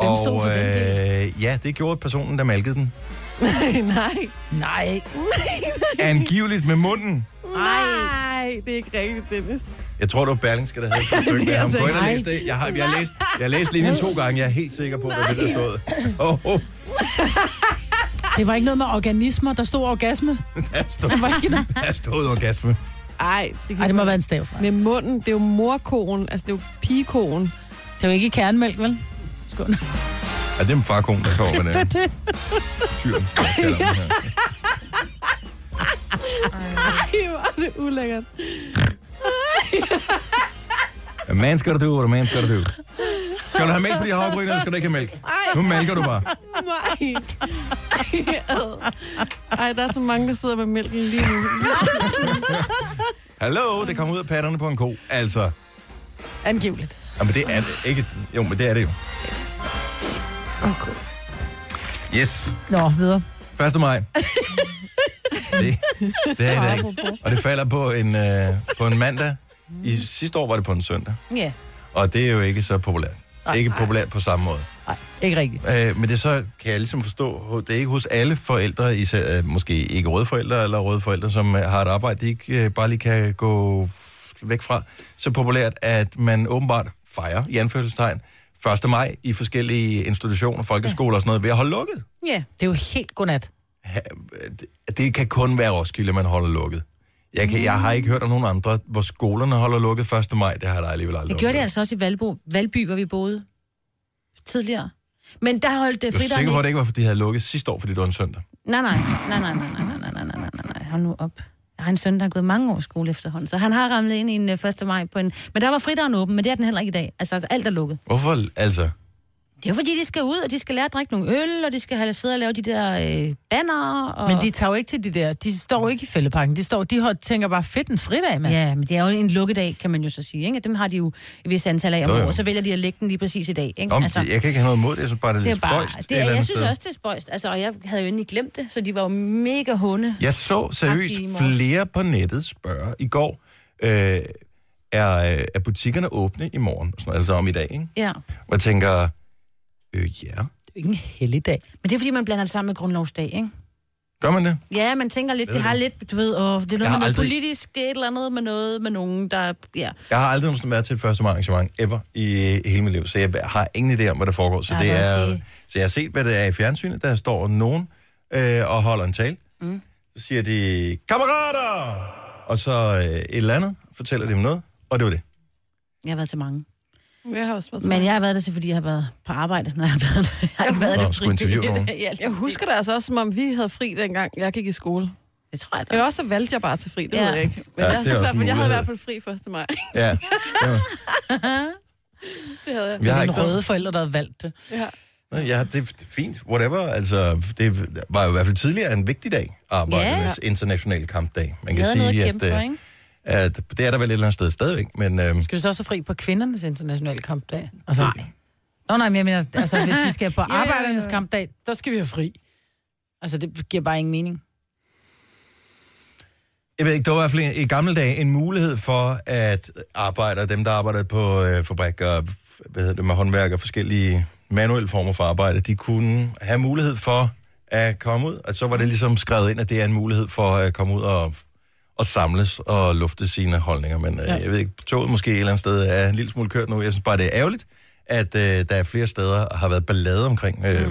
S1: Hvem
S4: stod for den
S1: øh, Ja, det gjorde personen, der malkede den.
S2: Nej.
S4: nej.
S1: Angiveligt med munden.
S2: Nej, det er ikke rigtigt, Dennis.
S1: Jeg tror, det var Berlingske, der havde sådan et stykke med
S2: er
S1: ham.
S2: altså
S1: Gå ind og
S4: ikke-
S1: læs det. Jeg har, jeg har læst, jeg har læst linjen to gange. Jeg er helt sikker på, hvad det der stod. Åh, oh, oh,
S4: Det var ikke noget med organismer, der stod orgasme.
S1: der stod,
S4: Det var ikke noget.
S1: der stod orgasme.
S2: Ej, det, kan
S4: Ej, det må være en stav.
S2: Med munden, det er jo morkonen, altså det er jo pigekonen.
S4: Det var ikke kernemælk, vel? Skål.
S1: Ja, det er en farkon, der kommer med det.
S4: Det, det.
S1: øh, Tyren. som jeg kalder den her.
S2: Ej, hvor er det ulækkert.
S1: A man skal du do, what a man skal du do. Skal du have mælk på de havregryn, eller skal du ikke have mælk? Nu mælker du bare.
S2: Nej. Ej, der er så mange, der sidder med mælken lige nu.
S1: Hallo, det kommer ud af patterne på en ko. Altså,
S4: Angiveligt.
S1: Jamen, det er det ikke. Jo, men det er det jo. Okay. Yes.
S4: Nå, videre.
S1: 1. maj. det, det er i dag. Og det falder på en, øh, på en mandag. I sidste år var det på en søndag.
S5: Ja.
S1: Og det er jo ikke så populært. ikke populært på samme måde.
S4: Nej, ikke rigtigt.
S1: Øh, men det er så kan jeg ligesom forstå, det er ikke hos alle forældre, især øh, måske ikke røde forældre eller røde forældre, som øh, har et arbejde, de ikke øh, bare lige kan gå f- væk fra, så populært, at man åbenbart fejrer, i anførselstegn, 1. maj i forskellige institutioner, folkeskoler og sådan noget, ved at holde lukket.
S5: Ja.
S4: Det er jo helt godnat.
S1: Ha- det- Det kan kun være Roskilde, man holder lukket. Jeg, kan, jeg har ikke hørt om nogen andre, hvor skolerne holder lukket 1. maj. Det har jeg da alligevel aldrig
S5: Jeg gjorde det altså også i Valbo, Valby, hvor vi boede tidligere. Men der holdt det
S1: Jeg er
S5: fridagen
S1: sikker på, at
S5: ikke.
S1: det ikke var, fordi de havde lukket sidste år, fordi det var en søndag.
S5: Nej, nej, nej, nej, nej, nej, nej, nej, nej, nej, nej, nej, hold nu op. Jeg har en søn, der har gået mange år i skole efterhånden, så han har ramlet ind i en øh, 1. maj på en... Men der var fridagen åben, men det er den heller ikke i dag. Altså, alt er lukket.
S1: Hvorfor? Altså,
S5: Det er jo fordi, de skal ud, og de skal lære at drikke nogle øl, og de skal have sidde og lave de der øh, banner. Og...
S4: Men de tager jo ikke til de der, de står jo ikke i fældepakken. De, står, de har- tænker bare, fedt en fridag, mand.
S5: Ja, men det er jo en lukkedag, kan man jo så sige. Ikke? Dem har de jo et vis antal af om
S1: Nå, jo.
S5: året, så vælger de at lægge den lige præcis i dag. Ikke?
S1: Om, altså, jeg kan ikke have noget imod det, jeg synes bare, det er
S5: det
S1: lidt
S5: er bare,
S1: spøjst. et
S5: det
S1: eller
S5: er, jeg
S1: andet
S5: synes
S1: sted.
S5: også, det er spøjst. Altså, og jeg havde jo endelig glemt det, så de var jo mega hunde.
S1: Jeg så seriøst
S5: Agtige i morges.
S1: flere på nettet spørge i går, øh, er, øh, er butikkerne åbne i morgen? Og sådan, noget, altså om i dag, ikke?
S5: Ja.
S1: Og jeg tænker, øh, ja.
S4: Det er jo ikke en helligdag.
S5: Men det er fordi, man blander det sammen med grundlovsdag, ikke?
S1: Gør man det?
S5: Ja, man tænker lidt, det har lidt, du ved, åh, det er
S1: Jeg
S5: noget,
S1: har
S5: med noget
S1: aldrig-
S5: politisk, det er et eller andet med noget med nogen, der... Ja.
S1: Jeg har aldrig nogensinde været til et første arrangement ever i hele mit liv, så jeg har ingen idé om, hvad der foregår. Så,
S5: Nej,
S1: det
S5: hvad jeg
S1: er,
S5: sige.
S1: så jeg har set, hvad det er i fjernsynet. Der står nogen øh, og holder en tale. Mm. Så siger de, kammerater! Og så øh, et eller andet, fortæller de dem noget, og det var det.
S5: Jeg har været til mange.
S2: Jeg har også været
S5: Men
S2: Men
S5: jeg har været der til, fordi jeg har været på arbejde, når jeg har været der. Jeg har ikke været
S1: Nå,
S5: det
S1: skulle interviewe nogen.
S5: Ja,
S2: jeg husker det altså også, som om vi havde fri dengang, jeg gik i skole.
S5: Det tror jeg da.
S2: Eller også så valgte jeg bare til fri, det
S5: Ja.
S2: ved jeg ikke. Men
S1: Ja,
S2: ja,
S1: det er
S2: jeg, synes,
S1: også
S2: i hvert fald,
S1: en
S2: jeg havde i
S1: mulighed.
S2: hvert fald fri 1. maj.
S1: Ja. ja.
S2: det havde jeg.
S1: Jeg har
S4: Det er
S1: ikke
S4: en røde forældre, der har valgt det.
S2: Ja.
S1: Nå, Ja, det er f- det er fint. Whatever. Altså, det var jo i hvert fald tidligere en vigtig dag, arbejdernes internationale kampdag. Man kan
S5: Jeg havde noget at
S1: sige,
S5: kæmpe
S1: at,
S5: for,
S1: øh,
S5: ikke?
S1: at det er der vel et eller andet sted stadigvæk, men øhm,
S4: Skal du så også have fri på kvindernes internationale kampdag? Altså, nej. Nå nej, men jeg mener, altså, hvis vi skal på
S5: ja, ja.
S4: arbejdernes kampdag, der skal vi have fri. Altså, det giver bare ingen mening.
S1: jeg ved ikke, der var i hvert fald i gamle dage en mulighed for, at arbejdere, dem der arbejder på øh, fabrikker, f- hvad hedder det, med håndværk og forskellige manuelle former for arbejde, de kunne have mulighed for at komme ud, og så var det ligesom skrevet ind, at det er en mulighed for at komme ud og, og samles og lufte sine holdninger, men øh,
S4: Ja.
S1: jeg ved ikke, toget måske et eller andet sted er en lille smule kørt nu, jeg synes bare, det er ærgerligt, at øh, der er flere steder har været ballade omkring øh,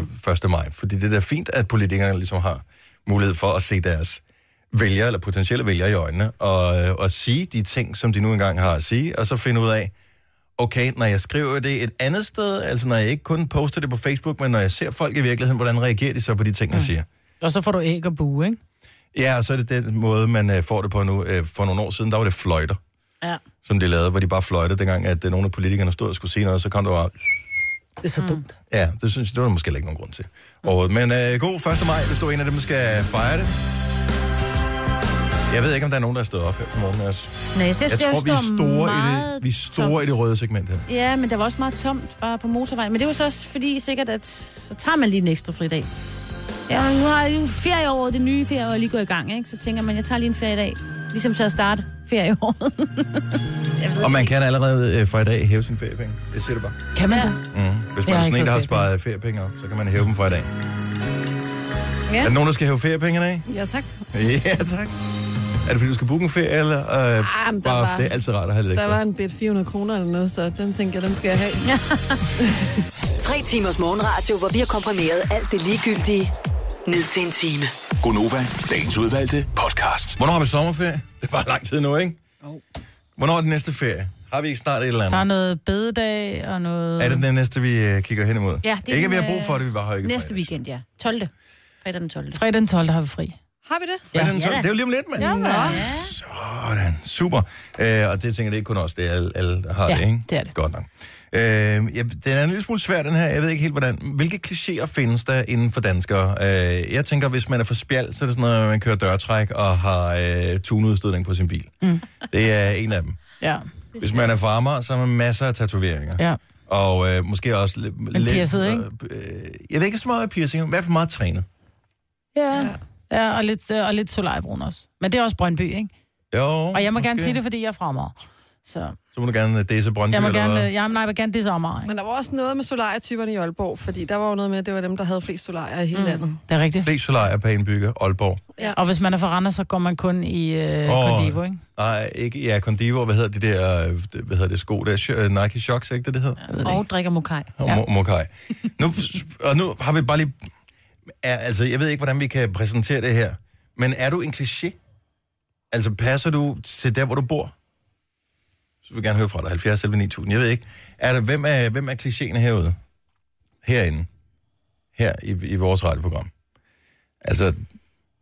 S1: 1. maj, fordi det er da fint, at politikerne ligesom har mulighed for at se deres vælgere eller potentielle vælgere i øjnene, og, øh, og sige de ting, som de nu engang har at sige, og så finde ud af, okay, når jeg skriver det et andet sted, altså når jeg ikke kun poster det på Facebook, men når jeg ser folk i virkeligheden, hvordan reagerer de så på de ting, jeg siger?
S4: Og så får du æg og bue, ikke?
S1: Ja, og så er det den måde, man øh, får det på nu. Øh, for nogle år siden, der var det fløjter,
S5: Ja.
S1: som de lavede, hvor de bare fløjtede dengang, at øh, nogle af politikerne stod og skulle sige noget, så kom der bare...
S4: Det er så mm. dumt.
S1: Ja, det synes jeg, det var der måske heller ikke nogen grund til. Og, men øh, god 1. maj, hvis du er en af dem, der skal fejre det. Jeg ved ikke, om der er nogen, der er stået op her til morgen. Altså.
S5: Nej, jeg synes,
S1: Jeg
S5: det
S1: tror,
S5: også
S1: vi er
S5: står
S1: store, i
S5: meget
S1: det, vi er store i det røde segment her.
S5: Ja, men der var også meget tomt bare på motorvejen. Men det var så også fordi sikkert, at så tager man lige en ekstra fridag. Ja, nu har jeg jo ferieåret, det nye ferieår, lige gået i gang, ikke? Så tænker man, jeg tager lige en feriedag. Ligesom til at starte ferieåret.
S1: Og man kan allerede øh, fra i dag hæve sine feriepenge. Det siger det bare.
S4: Kan man ja.
S1: Mm. Hvis man
S4: Jeg
S1: er
S4: har
S1: sådan
S4: ikke
S1: en, der har
S4: fået
S1: sparet feriepenge op, så kan man hæve dem fra i dag. Ja. Er der nogen, der skal hæve feriepengene af?
S2: Ja, tak.
S1: Ja, tak. Er det fordi, du skal booke en ferie, eller øh,
S2: Ah, men der
S1: bare,
S2: var-
S1: det er altid rart at have lidt
S2: Der
S1: ekstra?
S2: var en bid 400 kroner eller noget, så den tænkte jeg, den skal jeg have. Ja.
S6: Tre timers morgenradio, hvor vi har komprimeret alt det ligegyldige ned til en time.
S7: Gonova, dagens udvalgte podcast.
S1: Hvornår har vi sommerferie? Det var lang tid nu, ikke? Hvornår er den næste ferie? Har vi ikke snart et eller
S4: Der er
S1: andet?
S4: noget bededag og noget...
S1: Er det den næste, vi øh, kigger hen imod?
S5: Ja, det er
S1: ikke, at vi
S5: den, øh,
S1: har brug
S4: øh,
S1: for det, vi bare har ikke altså.
S5: Næste
S1: fredags.
S5: weekend, ja. 12. Fredag den 12.
S4: Fredag den 12. har vi fri.
S2: Har vi det?
S1: Ja,
S5: Ja,
S1: den, så,
S5: da.
S1: det er jo lige om lidt, mand. Ja, Sådan, super. Øh, og det tænker jeg, det er ikke kun os, det er alle, alle der har
S4: Ja,
S1: det, ikke?
S4: det er det.
S1: Godt nok. Øh, ja, den er en lille smule svær, den her. Jeg ved ikke helt, hvordan. Hvilke klichéer findes der inden for danskere? Øh, jeg tænker, hvis man er for spjald, så er det sådan noget, at man kører dørtræk og har øh, tunudstødning på sin bil. Mm. Det er en af dem.
S4: Ja,
S1: Hvis man er fra Amager, så har man masser af tatoveringer.
S4: ja.
S1: Og øh, måske også lidt... lidt-
S4: piercet, ikke?
S1: Øh, jeg ved ikke så meget piercing, men i hvert fald meget trænet.
S4: Ja, ja og lidt, øh, og lidt solarbrun også. Men det er også Brøndby, ikke?
S1: Jo,
S4: Og jeg må gerne
S1: måske.
S4: sige det, fordi jeg er fremad. Så
S1: Så må du gerne dæse Brøndby,
S4: jeg må
S1: eller
S4: gerne,
S1: hvad?
S4: øh, jamen, nej, jeg vil gerne det sommer. Ikke?
S2: Men der var også noget med solarietyperne i Aalborg, fordi der var jo noget med, at det var dem, der havde flest solarier i hele mm. landet.
S4: Det er rigtigt.
S1: Flest solarier per indbygger, Aalborg.
S4: Og hvis man er fra Randers, så går man kun i øh,
S1: Åh.
S4: oh. Condivo, ikke?
S1: Nej, ikke, ja, Condivo, hvad hedder de der, øh, hvad hedder det, sko der, Sh- øh, Nike Shocks, ikke det, det hedder?
S5: Og drikker mokai.
S1: Og Mo- Mokai. Nu, og nu har vi bare lige, er, altså, jeg ved ikke, hvordan vi kan præsentere det her, men er du en kliché? Altså, passer du til der, hvor du bor? Så vil jeg gerne høre fra dig, 70 11 9000, jeg ved ikke. Er der, hvem er, hvem er klichéen herude? Herinde. Her i, i vores radioprogram. Altså,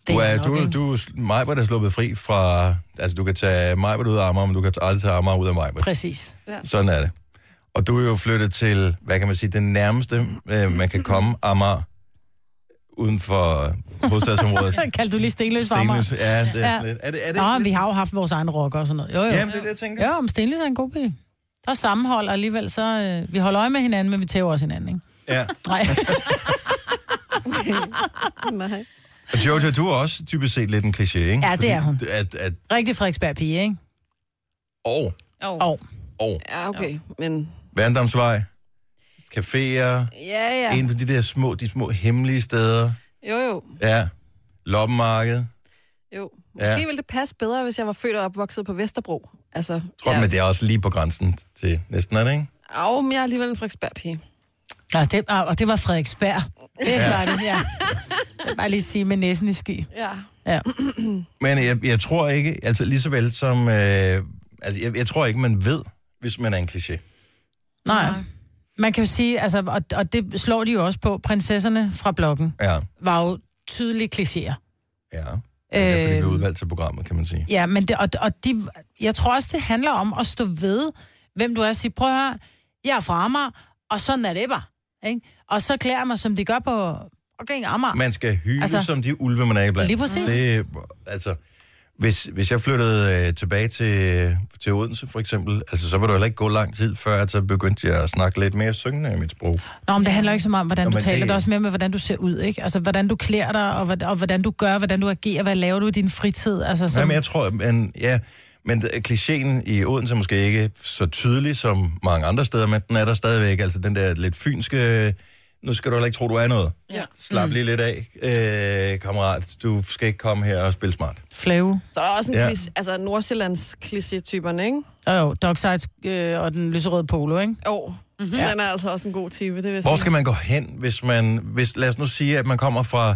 S1: Du er,
S4: nok,
S1: du,
S4: ikke?
S1: du, mig var der sluppet fri fra... Altså, du kan tage mig ud af Amager, men du kan aldrig tage Amager ud af mig.
S4: Præcis.
S1: Sådan er det. Og du er jo flyttet til, hvad kan man sige, den nærmeste, øh, man kan komme Amager uden for hovedstadsområdet.
S4: Kaldte du lige Stenløs for mig?
S1: Stenløs. Ja, det er,
S4: Ja.
S1: sådan lidt. er det, er det
S4: Nå,
S1: ikke
S4: men vi
S1: lidt-
S4: har jo haft vores egen rock og sådan noget. Jo, jo.
S1: Jamen, det er det, jeg tænker.
S4: Jo, men Stenløs er en god by. Der er sammenhold, og alligevel så... Øh, vi holder øje med hinanden, men vi tæver også hinanden, ikke?
S1: Ja.
S4: Nej.
S2: Nej.
S1: Og Jojo, du er også typisk set lidt en kliché, ikke?
S4: Ja, det er hun.
S1: At, at,
S4: Rigtig Frederiksberg pige, ikke?
S1: og,
S5: Oh.
S4: Og
S1: og,
S2: Ja, okay. Men
S1: Vandamsvej, caféer,
S2: ja,
S1: ja.
S2: ja.
S1: en af de der små, de små hemmelige steder,
S2: Jo, jo.
S1: ja, loppemarked,
S2: Jo. Måske
S1: Ja.
S2: ville det passe bedre, hvis jeg var født og opvokset på Vesterbro. Altså,
S1: Tror ja.
S2: ja.
S1: men det er også lige på grænsen til næsten, er det ikke?
S2: Au, men jeg er alligevel en Frederiksberg-pige.
S4: Nå, det, ah, og det var Frederiksberg. Det var det, ja. Jeg vil bare lige sige med næsen i sky.
S2: Ja.
S4: Ja.
S1: Men jeg, jeg tror ikke, altså lige så vel som, øh, altså jeg, jeg tror ikke, man ved, hvis man er en kliché.
S4: Nej. Man kan jo sige, altså, og, og det slår de jo også på, prinsesserne fra blokken
S1: Ja,
S4: var jo tydelige klichéer.
S1: ja. Det er derfor, de blev
S4: Øhm.
S1: udvalgt til programmet, kan man sige.
S4: Ja, men det, og, og de, jeg tror også, det handler om at stå ved, hvem du er og sige, prøv at høre, jeg er fra Amager, og sådan er det bare. Ikke? Og så klæder jeg mig, som de gør på fucking Amager. Men,
S1: Man skal hyle altså,
S4: Altså,
S1: som de ulve, man er iblandt.
S4: lige præcis.
S1: Det, altså, Hvis, hvis jeg flyttede øh, tilbage til, til Odense, for eksempel, altså, så ville det heller ikke gå lang tid, før at så begyndte jeg at snakke lidt mere syngende i mit sprog.
S4: Nå, men det handler ikke så meget om, hvordan
S1: Nå,
S4: Nå, du
S1: men
S4: taler.
S1: det-
S4: Det... det er også mere med, hvordan du ser ud, ikke? Altså, hvordan du klæder dig, og, hvordan- og hvordan du gør, hvordan du agerer, hvad laver du i din fritid? Altså,
S1: Som...
S4: som...
S1: Jamen, jeg tror, men, ja, men d- klichéen i Odense er måske ikke så tydelig som mange andre steder, men den er der stadigvæk. Altså den der lidt fynske, øh, nu skal du heller ikke tro, du er noget.
S5: Ja.
S2: Mm.
S1: Slap lige lidt af, øh, kammerat. Du skal ikke komme her og spille smart.
S4: Flave.
S2: Så er der også en
S1: Ja.
S2: ja. klis, altså Nordsjællands klisché-typerne, ikke?
S4: Og jo, Dark Sides øh, og den lyserøde polo, ikke?
S2: Jo,
S4: Mhm.
S2: mm-hmm. den er altså også en god type, det vil jeg
S1: Hvor
S2: sige.
S1: skal man gå hen, hvis man... Hvis, lad os nu sige, at man kommer fra...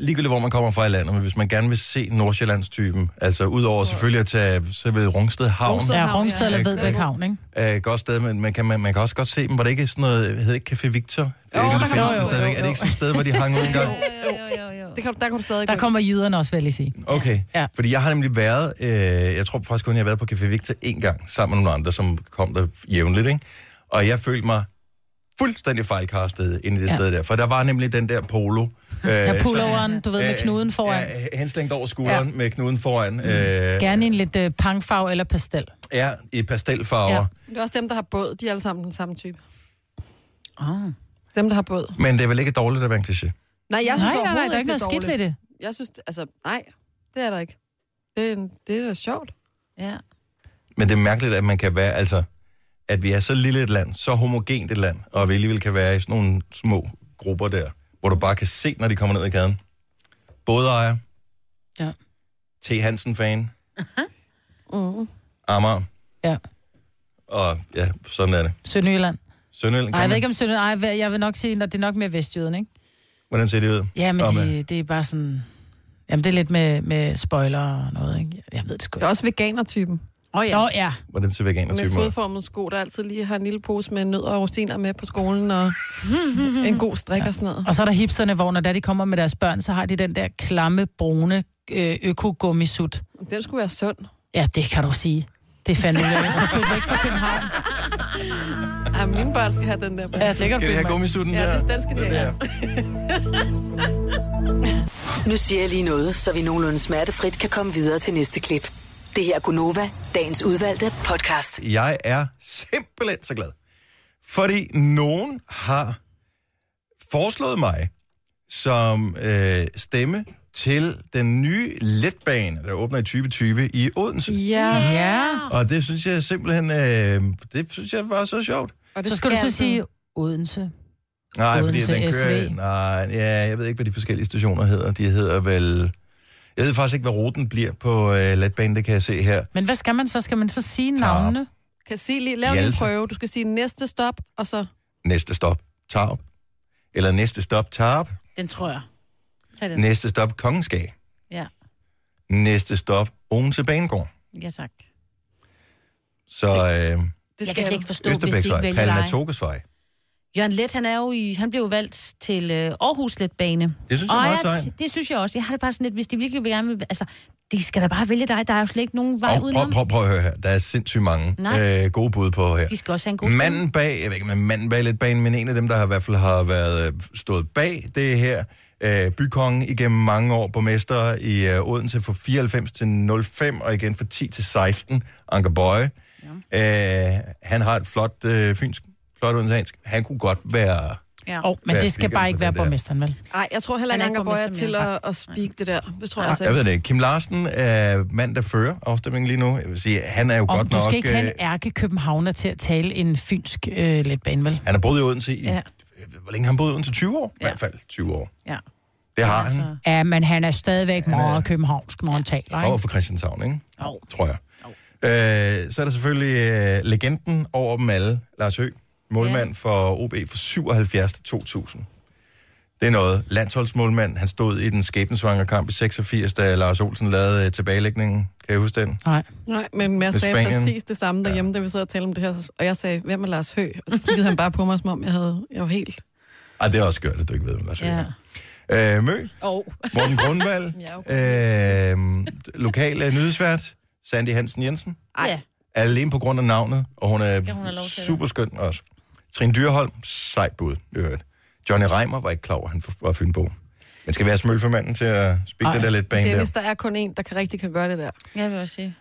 S1: Ligegyldigt, hvor man kommer fra i landet, men hvis man gerne vil se Nordsjællandstypen, altså udover selvfølgelig at tage så ved Rungsted Havn,
S2: Rungsted.
S1: Rungsted.
S4: Ja,
S2: Havn,
S4: Rungsted
S2: ja.
S4: eller
S1: Ja,
S4: Vedbæk
S2: ja.
S4: Havn, ikke?
S1: er et godt sted, men man kan, man, man kan også godt se dem. Var det ikke sådan noget, hed det ikke Café Victor? Jo,
S2: der
S1: det
S2: kan man
S1: findes det
S2: godt-
S1: stadigvæk.
S2: jo,
S1: Er det ikke
S2: jo.
S1: sådan et sted, hvor de hang ud engang?
S5: Jo, jo, jo, jo.
S2: Det kan du, der kan du stadig
S4: Der
S2: gå.
S4: kommer jyderne også, vil jeg lige sige.
S1: Okay, ja.
S4: Ja.
S1: fordi jeg har nemlig været, øh, jeg tror faktisk kun, jeg har været på Café Victor en gang, sammen med nogle andre, som kom der jævnligt, ikke? Og jeg følte mig fuldstændig fejlkastet inde i det ja.
S4: Ja.
S1: sted der, for der var nemlig den der polo. Øh,
S4: Der
S1: ja,
S4: er pulloveren, du ved, med knuden foran.
S1: Ja, henslængt over skulderen ja. med knuden foran. Mm. Øh,
S4: Gerne i en lidt øh, pangfarve eller pastel.
S1: ja, i pastelfarver. Ja.
S4: Ja.
S2: Det er også dem, der har båd, de er alle sammen den samme type.
S4: Ah.
S5: Oh.
S2: Dem, der har båd.
S1: Men det er vel ikke dårligt at være en kliché?
S2: Nej, jeg synes
S4: nej, nej, nej,
S2: overhovedet
S4: der er ikke noget
S2: det
S4: skidt ved det.
S2: dårligt. Jeg synes, altså, nej, det er der ikke. Det er, det er da sjovt.
S5: Ja.
S1: Men det er mærkeligt, at man kan være, altså, at vi er så lille et land, så homogent et land, og vi alligevel kan være i sådan nogle små grupper der, hvor du bare kan se, når de kommer ned i gaden. Både ejer.
S4: Ja.
S1: T. Hansen-fan.
S2: Mm.
S1: Amager.
S4: Ja.
S1: Og ja, sådan er det.
S4: Sønderjylland.
S1: Sønderjylland. kan
S4: Nej, jeg ved
S1: man-
S4: ikke om Sønderjylland. Ej, hvad- jeg vil nok sige, at det er nok mere vestjyden, ikke?
S1: Hvordan ser det ud?
S4: Ja, men
S1: Nå,
S4: de, det er bare sådan... Jamen, det er lidt med, med spoiler og noget, ikke? Jeg ved det sgu
S2: Det er
S4: ikke.
S2: også veganer-typen.
S5: Oh, ja.
S4: Nå, ja.
S1: Hvordan ser
S2: Med
S1: veganer-typen ud?
S2: fodformede sko, der altid lige har en lille pose med nødder og rosiner med på skolen, og en god strik og sådan noget.
S4: Og så er der hipsterne, hvor når da de kommer med deres børn, så har de den der klamme, brune øh, økogummisut.
S2: Den skulle være sund.
S4: Ja, det kan du sige. Det er fandme ulækkert. Så flyt væk fra København.
S2: Ej, mine børn skal have den der.
S4: Ja, det kan
S1: Skal de have gummisutten
S2: Ja,
S1: der?
S2: det- den skal de have.
S1: der.
S6: Nu siger jeg lige noget, så vi nogenlunde smertefrit kan komme videre til næste klip. Det her er Gunova, dagens udvalgte podcast.
S1: Jeg er simpelthen så glad. Fordi nogen har foreslået mig som øh, stemme til den nye letbane, der åbner i 2020 i Odense.
S2: Ja,
S4: Ja.
S1: Og det synes jeg simpelthen, øh, det synes jeg var så sjovt.
S2: og altså-
S4: Så skal du så sige Odense.
S1: Nej, fordi
S4: Odense
S1: den kører...
S4: SV.
S1: Nej, ja, jeg ved ikke, hvad de forskellige stationer hedder. De hedder vel... Jeg ved faktisk ikke, hvad ruten bliver på øh, letbanen, det kan jeg se her.
S4: Men hvad skal man så? Skal man så sige
S1: Tarp.
S4: navnene?
S2: Kan sige lige, lav lige en
S1: Hjælse.
S2: prøve. Du skal sige næste stop, og så...
S1: Næste stop, Tarp. Eller næste stop, Tarp.
S5: Den tror jeg. Tag den.
S1: Næste stop, Kongenskab.
S5: Ja.
S1: Næste stop, Odense Banegård.
S5: ja, tak.
S1: Så øh,
S2: Det
S5: Jeg kan slet ikke forstå, hvis de ikke
S1: Østerbæksvej,
S5: vælger dig.
S1: Palinatokesvej.
S5: Jørgen Let, han, er jo i, han blev jo valgt til øh, Aarhus Letbane.
S1: Det synes jeg
S5: Og
S1: er meget
S5: jeg-
S1: sejt.
S5: Det synes jeg også. Jeg har det bare sådan lidt, hvis de virkelig vil gerne vil... Altså, de skal da bare vælge dig. Der er jo slet ikke nogen vej
S1: Og
S5: oh, udenom.
S1: prøv, prøv, prøv at høre her. Der er sindssygt mange
S5: Nej.
S1: øh, gode bud på her.
S5: De skal også have en god stemme.
S1: Manden bag, jeg ved ikke, om det er manden bag lidt banen, men en af dem, der har i hvert fald har været, øh, stået bag det her, øh, bykongen igennem mange år, borgmester i øh, Odense fra 94 til 05, og igen fra 10 til 16, Anker Bøje. Ja. Øh, han har et flot øh, fynsk, flot odenseansk. Han kunne godt være...
S5: Ja.
S4: Åh, oh, men
S1: Hvad
S4: det skal
S1: ligger der
S4: bare ikke
S1: på
S4: være
S1: den der?
S4: borgmesteren, vel?
S2: Nej, jeg tror heller
S5: Han
S2: ikke,
S5: er ikke
S2: Anker Bøjer er
S5: borgmester
S2: til
S5: mere.
S2: at, at speak det der. Det tror jeg altså
S1: Jeg
S2: ikke.
S1: ved det ikke. Kim Larsen er manden, der fører afstemningen lige nu. Jeg vil sige, han er jo
S4: Om
S1: godt
S4: du
S1: nok...
S4: skal ikke
S1: øh,
S4: have en ærke københavner til at tale en fynsk øh, letbane, vel?
S1: Han har boet i Odense i... Ja.
S5: Ja.
S1: Hvor længe har han boet i Odense? 20 år? Ja. I
S5: Ja.
S1: hvert fald 20 år.
S5: Ja.
S1: Det har
S5: Altså,
S1: han.
S4: Ja, men han er stadigvæk meget københavnsk, når han taler,
S1: Over
S4: ikke?
S1: for Christianshavn, ikke?
S4: Jo.
S1: Tror jeg. Øh, så er der selvfølgelig øh, legenden over dem alle, Lars Høgh, målmand ja. for OB fra 77 til 2000. Det er noget. Landsholdsmålmand, han stod i den skæbnesvangre kamp i 86, da Lars Olsen lavede øh, tilbagelægningen. Kan I huske den?
S4: Nej.
S2: Nej, men jeg
S1: Med
S2: sagde
S1: Spanien.
S2: præcis det samme derhjemme, da vi sad og talte om det her. Og jeg sagde, hvem er Lars Høgh? Og så kiggede han bare på mig, som om jeg, havde, jeg var helt...
S1: Ej, det er også skørt, at du ikke ved, hvem Lars Høgh
S5: ja.
S1: er. Øh, Mø,
S5: Oh.
S1: Morten Grundvald,
S2: Ja,
S1: øh, lokal øh, nyhedsvært, Sandy Hansen Jensen.
S5: Ja.
S1: Alene på grund af navnet, og hun er, ja,
S5: hun
S1: hun
S5: har
S1: er
S5: lov til det.
S1: super skøn også. Trine Dyrholm, sejt bud, i øvrigt. Johnny Reimer var ikke klar over, han var fynbo. Men skal vi have smølfemanden til at spikke det der lidt bag der?
S2: Dennis, der er kun en, der kan rigtig kan gøre det der.
S5: Jeg vil også sige.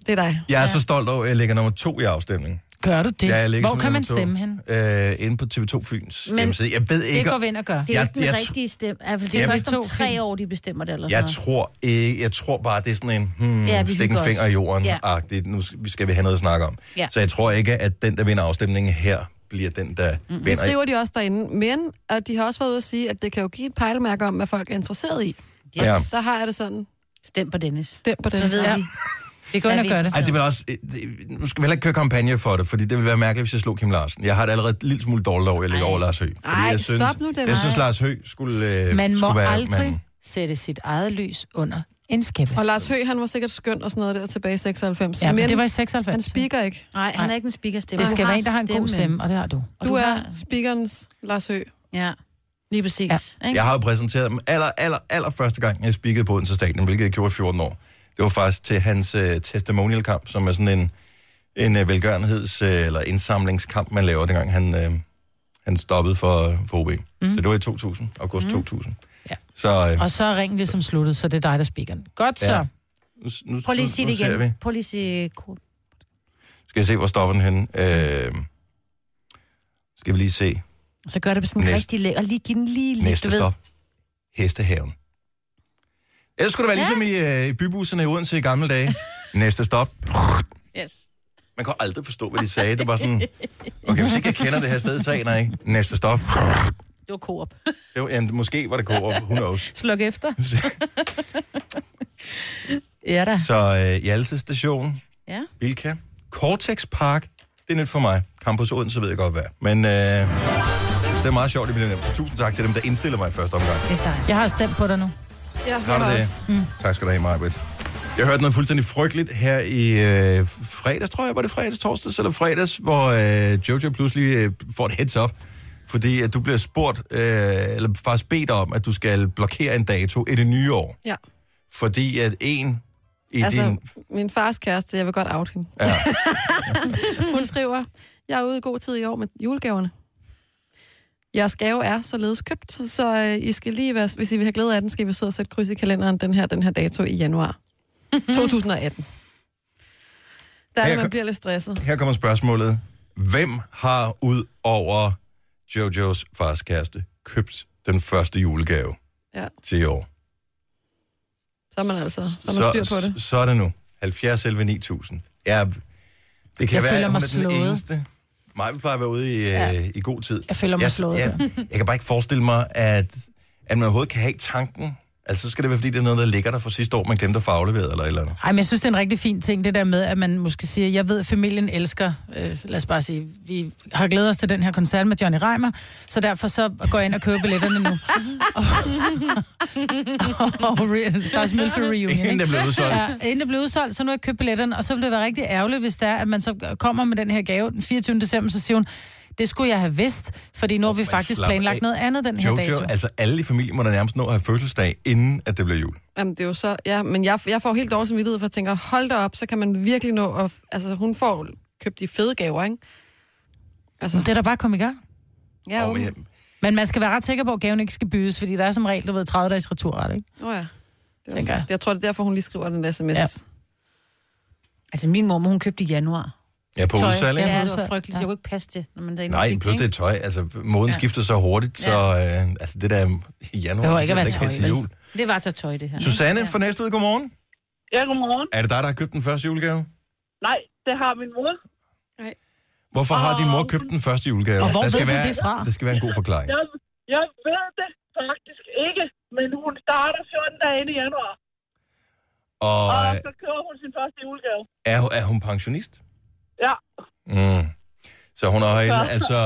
S2: Det er dig.
S1: Jeg er så stolt over, at jeg ligger nummer to i afstemningen.
S4: Gør du det?
S1: Ja, jeg ligger
S4: Hvor
S1: som
S4: kan man
S1: nummer to.
S4: stemme hen?
S1: Øh, inde på TV2 Fyns Men
S5: Men
S1: hjemmeside. Jeg ved
S4: Det
S1: ikke,
S4: går vi ind og gør.
S5: Det er
S1: Jeg-
S5: jeg, ikke den
S1: jeg tr-
S5: rigtige stemme. Altså, det er
S1: Jamen-
S5: først om
S4: To
S5: tre år, de bestemmer det, eller sådan
S1: Jeg
S5: noget.
S1: tror ikke, jeg tror bare, det er sådan en, hmm,
S5: Ja,
S1: ja,
S5: vi
S1: stik en
S5: hygger os.
S1: finger i jorden
S5: Ja.
S1: agtigt nu skal vi have noget at snakke om.
S5: Ja.
S1: Så jeg tror ikke, at den, der vinder afstemningen her, bliver den, der mm. vinder.
S2: Det skriver de også derinde. Men og de har også været ude at sige, at det kan jo give et pejlemærke om, hvad folk er interesseret i.
S5: Yes.
S1: Ja.
S5: Ja.
S2: Der har jeg det sådan.
S5: Stem på Dennis.
S2: Stem på den.
S5: Så ved
S2: Ja.
S5: vi.
S4: Vi går ind og gør det.
S1: Ej, det vil også, øh, det- nu skal vi heller ikke køre kampagne for det, fordi det vil være mærkeligt, hvis jeg slog Kim Larsen. Jeg har det allerede et lille smule dårligt over, at jeg ligger over Lars Høgh. Fordi
S2: Ej,
S1: jeg
S2: stop nu, det er
S1: Jeg
S2: mig.
S1: synes, Lars Høgh skulle, øh,
S4: Man må
S1: skulle være
S4: aldrig
S1: manden.
S4: sætte sit eget lys under en skæppe.
S2: Og Lars Høgh, han var sikkert skøn og sådan noget der tilbage i 96.
S4: Ja, men
S2: men
S4: det var i
S2: han
S4: 96.
S2: speaker ikke.
S5: Nej, han er ikke en speakerstemme.
S4: Det
S5: Du
S4: skal være
S5: har
S4: en, der har en god stemme, og det har du.
S5: Og
S2: Du er speakerens Lars Høgh.
S5: Ja, lige præcis. Ja.
S1: Jeg har jo præsenteret dem aller, aller, aller første gang, jeg speakede på Odense Stadion, hvilket jeg gjorde i 14 år. Det var faktisk til hans øh, testimonialkamp, som er sådan en, en øh, velgørenheds- øh, eller indsamlingskamp, man laver, dengang han, øh, han stoppede for, for OB. Mm. Så det var i 2000, august mm. 2000.
S4: Ja.
S1: Så øh,
S4: Og så er ringen ligesom sluttet, så det er dig, der spikker den. Godt så.
S1: Ja. nu, nu,
S5: Prøv lige at
S1: nu-
S5: sige
S1: nu
S5: det
S1: ser Vi.
S5: igen. Prøv lige at sige øh, kort.
S1: Skal jeg se, hvor stopper den henne? Øh, skal vi lige se.
S5: Og så gør det på sådan en
S1: Næste.
S5: rigtig lækker. Lige giv den lige lidt,
S1: Næste stop. Hestehaven. Ellers skulle det være ligesom i, øh, i bybusserne i Odense i gamle dage. Næste stop.
S5: Yes.
S1: Man kunne aldrig forstå, hvad de sagde. Det var sådan, okay, hvis ikke jeg kender det her sted, så aner jeg ikke. Næste stop.
S5: Det var Coop.
S1: Det var, ja, måske var det Coop, who knows.
S5: Sluk efter. ja da.
S1: Så øh, Hjalte Station,
S5: Ja.
S1: Bilka, Cortex Park, det er nyt for mig. Campus Odense ved jeg godt hvad. Men øh, det er meget sjovt i min Så tusind tak til dem, der indstiller mig i første omgang.
S5: Det er sejt.
S4: Jeg har stemt på dig nu.
S2: Jeg
S1: Har du det? Mm. Tak skal du have, Marbet. Jeg hørte noget fuldstændig frygteligt her i øh, fredags, tror jeg. Var det fredags, torsdags eller fredags, hvor øh, Jojo pludselig øh, får et heads up, fordi at du bliver spurgt, øh, eller faktisk bedt om, at du skal blokere en dato i det nye år.
S2: Ja.
S1: Fordi at en i altså...
S2: Altså,
S1: din...
S2: min fars kæreste, jeg vil godt out hende.
S1: Ja,
S2: Hun skriver, jeg er ude i god tid i år med julegaverne. Jeres gave er således købt, så øh, I skal lige være, hvis I vil have glæde af den, skal I så sætte kryds i kalenderen den her, den her dato i januar 2018. Der
S1: Ja, jeg
S2: er, det,
S1: kan-
S2: man bliver lidt stresset.
S1: her kommer spørgsmålet. Hvem har ud over Jojos fars kæreste købt den første julegave
S2: Ja,
S1: til i år?
S2: så er man altså så er man styr på det.
S1: Så er det nu. 70 11 9000. Ja, det kan
S4: Jeg
S1: være,
S4: føler
S1: at hun
S4: mig
S1: er den
S4: slået.
S1: eneste. Mig plejer at være ude i, ja. øh, i god tid.
S4: Jeg føler mig slået,
S1: Jeg, jeg, jeg kan bare ikke forestille mig, at, at man overhovedet kan have tanken. Altså, så skal det være, fordi det er noget, der ligger der fra sidste år, man glemte at få afleveret eller et eller andet.
S4: Ej, men jeg synes, det er en rigtig fin ting, det der med, at man måske siger, jeg ved, at familien elsker, øh, lad os bare sige, vi har glædet os til den her koncert med Johnny Reimer, så derfor så går jeg ind og køber billetterne nu. og,
S5: Oh,
S4: og re- Stars Mølfe Reunion,
S1: Inden
S4: ikke?
S1: det blev udsolgt.
S4: Ja, inden det blev udsolgt, så nu har jeg købt billetterne, og så ville det være rigtig ærgerligt, hvis det er, at man så kommer med den her gave den 24. december, så siger hun, det skulle jeg have vidst, fordi nu har vi
S1: man
S4: faktisk
S1: slapper
S4: planlagt
S1: af.
S4: noget andet den her
S1: Jojo,
S4: dato.
S1: altså alle i familien må da nærmest nå at have fødselsdag, inden at det bliver jul.
S2: Jamen, det er jo så, ja, men jeg, jeg får helt dårlig samvittighed for at tænke, hold da op, så kan man virkelig nå at... Altså, hun får købt de fede gaver, ikke? Altså,
S4: Det er da bare kommet i gang.
S2: jeg er
S1: Og,
S2: åben.
S1: ja,
S4: Men man skal være ret sikker på, at gaven ikke skal byttes, fordi der er som regel, du ved, 30 dages returret, ikke?
S2: Åh oh, ja. Det er
S4: Tænker
S2: også,
S4: jeg.
S2: jeg tror, det er derfor, hun lige skriver den der sms.
S4: Ja.
S2: Ja.
S5: Altså, min mormor, hun købte i januar.
S1: ja, på udsalg, ikke?
S5: Ja, det var
S4: Udsalg.
S5: frygteligt.
S4: Ja.
S5: Jeg kunne ikke passe det, når man derinde
S1: Nej,
S5: fik,
S1: pludselig
S5: ikke?
S1: det tøj. Altså, måden ja. skifter så hurtigt, så øh, altså, det der i januar,
S4: behøver ikke
S1: det
S4: at være
S1: er
S4: tøj,
S1: til
S4: vel?
S1: jul.
S5: Det var så tøj, det her.
S1: Susanne fra Næstved, godmorgen.
S9: Ja, godmorgen.
S1: Er det dig, der har købt den første julegave?
S9: Nej, det har min mor.
S1: Hvorfor har din mor
S9: Åh.
S1: købt den første julegave?
S4: Og hvor
S1: der skal
S4: ved du
S1: være,
S4: det fra?
S1: Der skal være en god forklaring.
S9: Jeg, jeg ved det faktisk ikke, men hun starter 14 dage inde i januar.
S1: Og
S9: Og
S1: øh,
S9: så kører hun sin første julegave.
S1: er, hun- er hun pensionist?
S9: Ja,
S1: Mm. Så hun har, en, altså,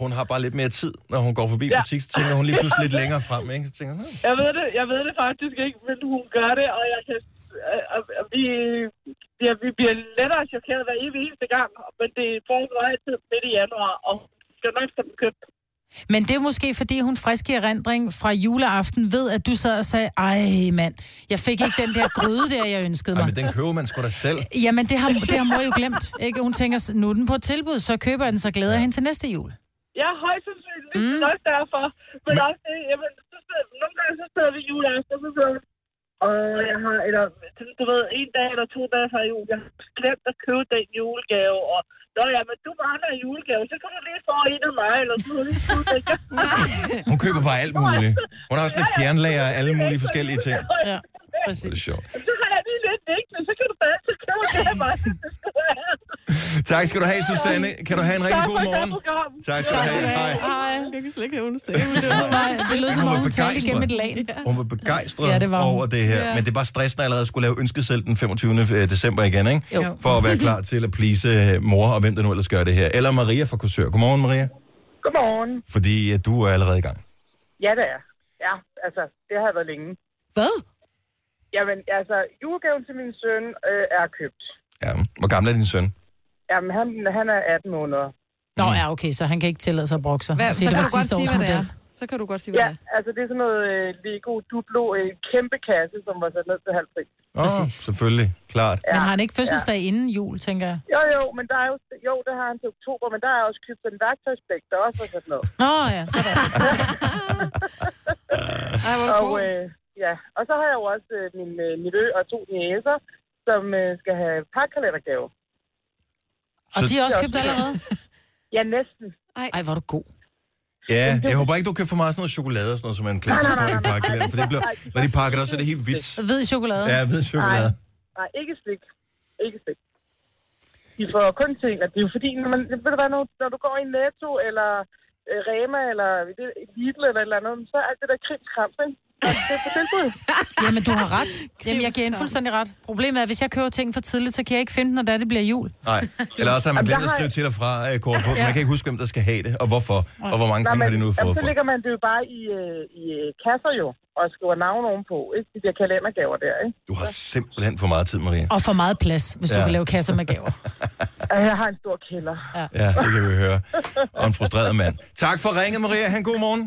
S1: hun har bare lidt mere tid, når hun går forbi ja.
S9: Ja.
S1: butik, så tænker hun lige pludselig lidt længere frem, ikke? Så tænker hun, "Hm, "Nå."
S9: jeg ved det, jeg ved det faktisk ikke, men hun gør det, og jeg kan... øh, øh, øh, Vi, ja, vi bliver lettere chokeret hver evig eneste gang, men det foregår altid midt i januar, og hun skal nok få den købt.
S4: Men det er måske, fordi hun frisk i erindring fra juleaften ved, at du sad og sagde, ej mand, jeg fik ikke den der gryde der, jeg ønskede
S1: Ej,
S4: mig.
S1: men den køber man sgu da selv.
S4: Jamen, det har, det har mor jo glemt. Ikke? Hun tænker, nu er den på et tilbud, så køber jeg den, så glæder jeg hende til næste jul.
S9: Ja, højst sandsynligt. Mm. Nok derfor. Men, men også det, jamen, så, sidder- nogle gange så sad vi juleaften, og så blev og jeg har, eller, sådan, du ved, en dag eller to dage fra jul, jeg har glemt at købe den julegave, og Nå ja, men du mangler en julegave, så kan du lige få en af mig, eller så kan du lige få den.
S1: Hun køber bare alt muligt. Hun har sådan et fjernlager af alle mulige forskellige ting. Det
S4: Ja, præcis.
S1: er sjovt.
S9: Så har jeg lige lidt liggende, så kan du bare altid købe det af mig.
S1: Tak skal du have, Susanne. Kan du have en rigtig god morgen? Tak skal du have. Hej.
S2: Ej, jeg kan slet ikke have understået.
S4: Nej, det lød som
S1: Hun
S4: om,
S1: var
S4: hun talte
S1: begejstret.
S4: igennem et lag.
S1: Hun var begejstret ja,
S4: Ja,
S1: det
S4: det var hun.
S1: over det her. Ja. Men det er bare stressende allerede at skulle lave ønsket selv den 25. december igen, ikke?
S4: Jo.
S1: For at være klar til at please øh, mor og hvem der nu ellers gør det her. Eller Maria fra Korsør. Godmorgen, Maria.
S9: Godmorgen.
S1: Fordi øh, du er allerede i gang.
S9: Ja, det er. Ja, altså, det har været længe.
S4: Hvad?
S9: Jamen, altså, julegaven til min søn øh, er købt.
S1: Ja. Hvor gammel er din søn?
S9: Jamen, han, han er 18 måneder.
S4: Nå, ja, okay, så han kan ikke tillade sig at brokke sig.
S2: Hvad,
S4: og
S2: så
S4: sige,
S2: kan
S4: det
S2: du
S4: var
S2: godt
S4: sidste
S2: sige,
S4: års
S2: hvad det
S4: model.
S2: er. Så kan du godt sige, hvad
S9: Ja,
S2: det er.
S9: altså det er sådan noget øh, Lego Duplo, en kæmpe kasse, som var sat ned til halv pris.
S1: Åh, oh,
S4: Præcis.
S1: selvfølgelig. Klart.
S4: Men har han ikke fødselsdag inden jul, tænker jeg?
S9: Jo, jo, men der er jo, jo, det har han til oktober, men der er også købt en værktøjsbæk, der også var sat ned.
S4: Nå ja, sådan.
S2: Ej, hvor er du
S9: Og,
S2: god.
S9: øh, ja. og så har jeg jo også øh, min øh, nevø og to næser, som øh, skal have pakkalendergave.
S4: Og
S1: Så-
S4: de har også købt allerede?
S9: Ja, næsten.
S4: Ej, hvor er du god.
S1: Ja, jeg håber ikke, du kan få meget sådan noget chokolade og sådan noget, som man klæder for i pakken. For det bliver, når de pakker det, så er det helt vidt.
S4: Hvid chokolade.
S1: Ja, ved chokolade.
S9: Nej, ikke slik. Ikke slik. De får kun ting, og det er jo fordi, når, man, ved du hvad, når, når du går i Netto, eller øh, Rema, eller det- Lidl, eller et eller andet, så er alt det der krimskrams, ikke? Og det er på tilbud.
S4: Jamen, du har ret. Jamen, jeg giver en fuldstændig ret. Problemet er, at hvis jeg køber ting for tidligt, så kan jeg ikke finde den, når det, er, det bliver jul.
S1: Nej. Eller også har man
S9: Jamen,
S1: glemt
S9: der
S1: at
S9: har-
S1: skrive til og fra øh, kort på, så man kan ikke huske, hvem der skal have det, og hvorfor, og hvor mange
S9: Nej,
S1: penge har
S9: men
S1: de nu
S9: jamen,
S1: fået
S9: så
S1: for.
S9: ligger man det jo bare i, øh, i øh, kasser jo, og skriver navn ovenpå, ikke? De der kalendergaver der, ikke?
S1: Du har simpelthen for meget tid, Maria.
S4: Og for meget plads, hvis ja.
S1: Ja.
S4: du kan lave kasser med gaver.
S9: Og Altså, jeg har en stor kælder.
S1: Ja, det kan vi høre. Og en frustreret mand. Tak for ringet, Maria. Han god morgen.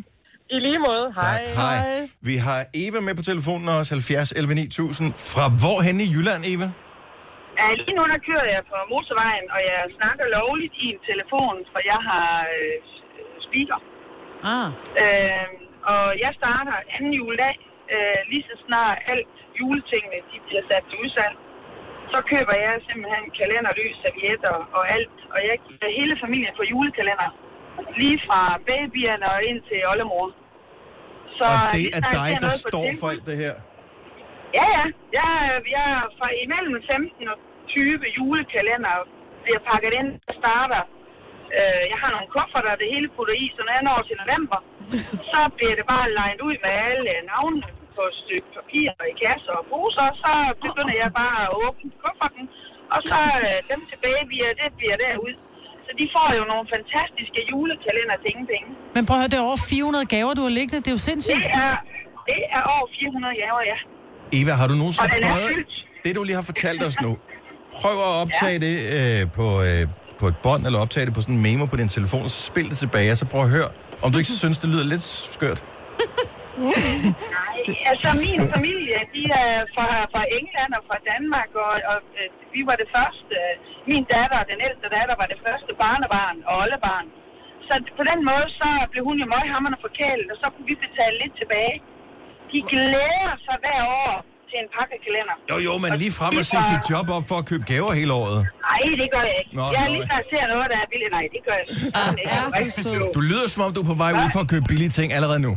S9: I lige måde, hej.
S1: Tak. Hej. Vi har Eva med på telefonen også, 70 11 9000. Fra hvor hen i Jylland, Eva?
S9: Ja, lige nu der kører jeg på motorvejen, og jeg snakker lovligt i en telefon, for jeg har øh, speaker.
S5: Ah.
S9: Øh, og jeg starter anden juledag, øh, lige så snart alt juletingene de bliver sat til udsalg. Så køber jeg simpelthen kalenderløs servietter og alt, og jeg giver hele familien på julekalender. Lige fra babyerne og ind til oldemor. Så
S1: Og det
S9: lige
S1: er
S9: snart
S1: dig, der
S9: noget på
S1: står for
S9: tilbud-
S1: alt det her.
S9: Ja, ja. Jeg, jeg er fra imellem 15 og 20 julekalender bliver pakket ind og starter. Øh, jeg har nogle kufferter, det hele putter i, så når jeg når til november, så bliver det bare legnet ud med alle navnene på et stykke papir og i kasser og poser, og så begynder jeg bare at åbne kufferten, og så øh, dem til babyer, det bliver derud. Så de får jo nogle fantastiske julekalender til ingen penge.
S4: Men prøv at høre, det er over 400 gaver, du har liggende. Det er jo
S9: Det
S4: sindssygt.
S9: er, det er over 400 gaver, ja.
S1: Eva, har du
S9: Og
S1: nogensinde
S9: den er
S1: prøvet
S9: fyldt.
S1: det, du lige har fortalt os nu? Prøv at optage det øh, på, øh, på et bånd, eller optage det på sådan en memo på din telefon, og så spil det tilbage, og så prøv at høre, om du ikke synes, det lyder lidt skørt.
S9: Nej, altså min familie, de er fra, fra England og fra Danmark, og, og øh, vi var det første. øh, Min datter, den ældste datter, var det første barnebarn og oldebarn. Så på den måde, så blev hun jo møghammerne forkælet, og så kunne vi betale lidt tilbage. De glæder sig hver år til en pakkekalender.
S1: Jo, jo, men lige frem og se sit job op for at købe gaver hele året.
S9: Nej, det gør jeg ikke.
S1: Nå,
S9: Nå, jeg er
S1: nå,
S9: lige
S1: ja.
S9: snart ser noget, der er billigt. Nej, det gør jeg simpelthen ikke.
S2: Ja, du er sød.
S1: Du lyder, som om du er på vej ud for at købe billige ting allerede nu.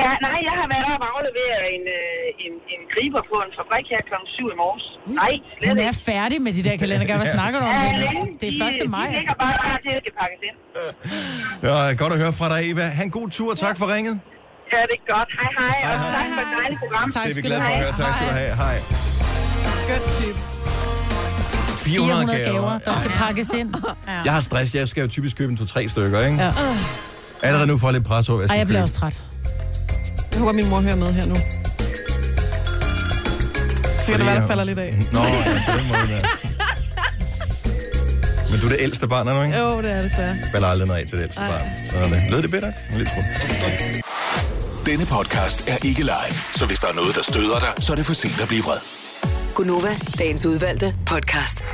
S9: Ja, nej, jeg har været oppe og afleveret en, øh, en, en griber på en fabrik her kl. 7 i morges. Nej, slet
S4: Hun
S9: ikke.
S4: er færdig med de der kalendergaver. Hvad snakker du om? Dennis? Det er 1. maj.
S9: De ligger bare klar til, at det skal pakkes ind.
S1: Ja, godt at høre fra dig, Eva. Han god tur, tak for ringet.
S9: Ja, det er godt. Hej, hej. Og
S1: Hej, hej.
S9: tak for et dejligt program.
S1: Det er vi
S4: skal
S1: glade
S4: du
S1: for at
S4: have.
S1: høre. Tak skal du have. Hej.
S2: Skøn type.
S1: 400
S4: 400
S1: gaver.
S4: gaver, der skal pakkes ind.
S1: Jeg har stress. Jeg skal jo typisk købe en to-tre stykker, ikke? Ja. Allerede nu får jeg lidt pres over, hvad jeg
S4: Ej,
S1: skal
S4: jeg bliver
S1: købe.
S4: også træt.
S2: Jeg håber, min mor hører med her nu. Det kan da være, der falder lidt af.
S1: Nå, ja, på den måde, ja. Men du er det ældste barn, er du ikke?
S2: Jo, det er det svært.
S1: Falder aldrig noget af til det ældste barn. Sådan er det. Lød det bedre? En lille smule.
S7: Denne podcast er ikke live, så hvis der er noget, der støder dig, så er det for sent at blive vred.
S6: Gunova, dagens udvalgte podcast.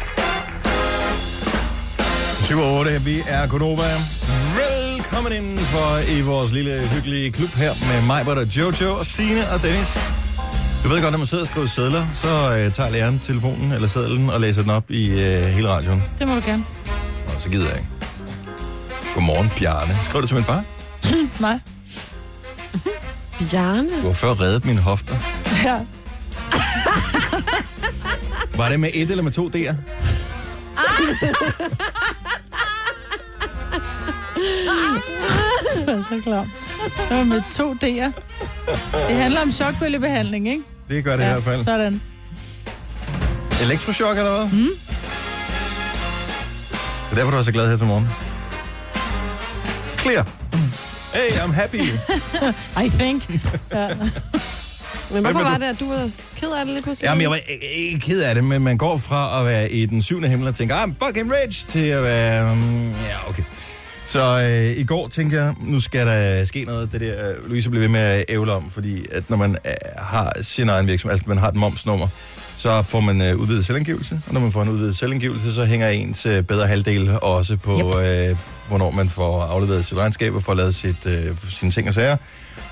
S1: 7 og 8, vi er Gunova. Velkommen Velkommen indenfor i vores lille hyggelige klub her med mig, hvor der Jojo og Sine og Dennis. Du ved godt, når man sidder og skriver sædler, så øh, tager læreren telefonen eller sædlen og læser den op i øh, hele radioen.
S4: Det må du gerne.
S1: Nå, så gider jeg ikke. Godmorgen, Bjarne. Skrev du til min far?
S4: Nej.
S2: Bjarne.
S1: Du har før reddet mine hofter.
S4: Ja.
S1: Var det med et eller med to D'er?
S4: Det var så klar. Det var med to D'er. Det handler om chokbølgebehandling, ikke?
S1: Det gør det ja, i hvert fald. Så...
S4: sådan.
S1: Elektroschok eller hvad? Mm. Det er derfor, du er så glad her til morgen. Clear. Hey, I'm happy.
S4: I think.
S2: Men
S1: Hvem
S2: hvorfor
S1: er
S2: var
S1: du?
S2: det, at du var ked af det lige pludselig?
S1: Jamen, jeg var ikke- ikke ked af det, men man går fra at være i den syvende himmel og tænke, I'm fucking rich, til at være... mm, Ja, okay. Så øh, i går tænkte jeg, nu skal der ske noget. Det der, øh, Louise blev ved med at ævle om, fordi at når man øh, har sin egen virksomhed, altså man har et momsnummer, så får man øh, udvidet selvangivelse, og når man får en udvidet selvangivelse, så hænger ens øh, bedre halvdel også på, yep. øh, hvornår man får afleveret sit regnskab og får lavet sit, øh, sine ting og sager.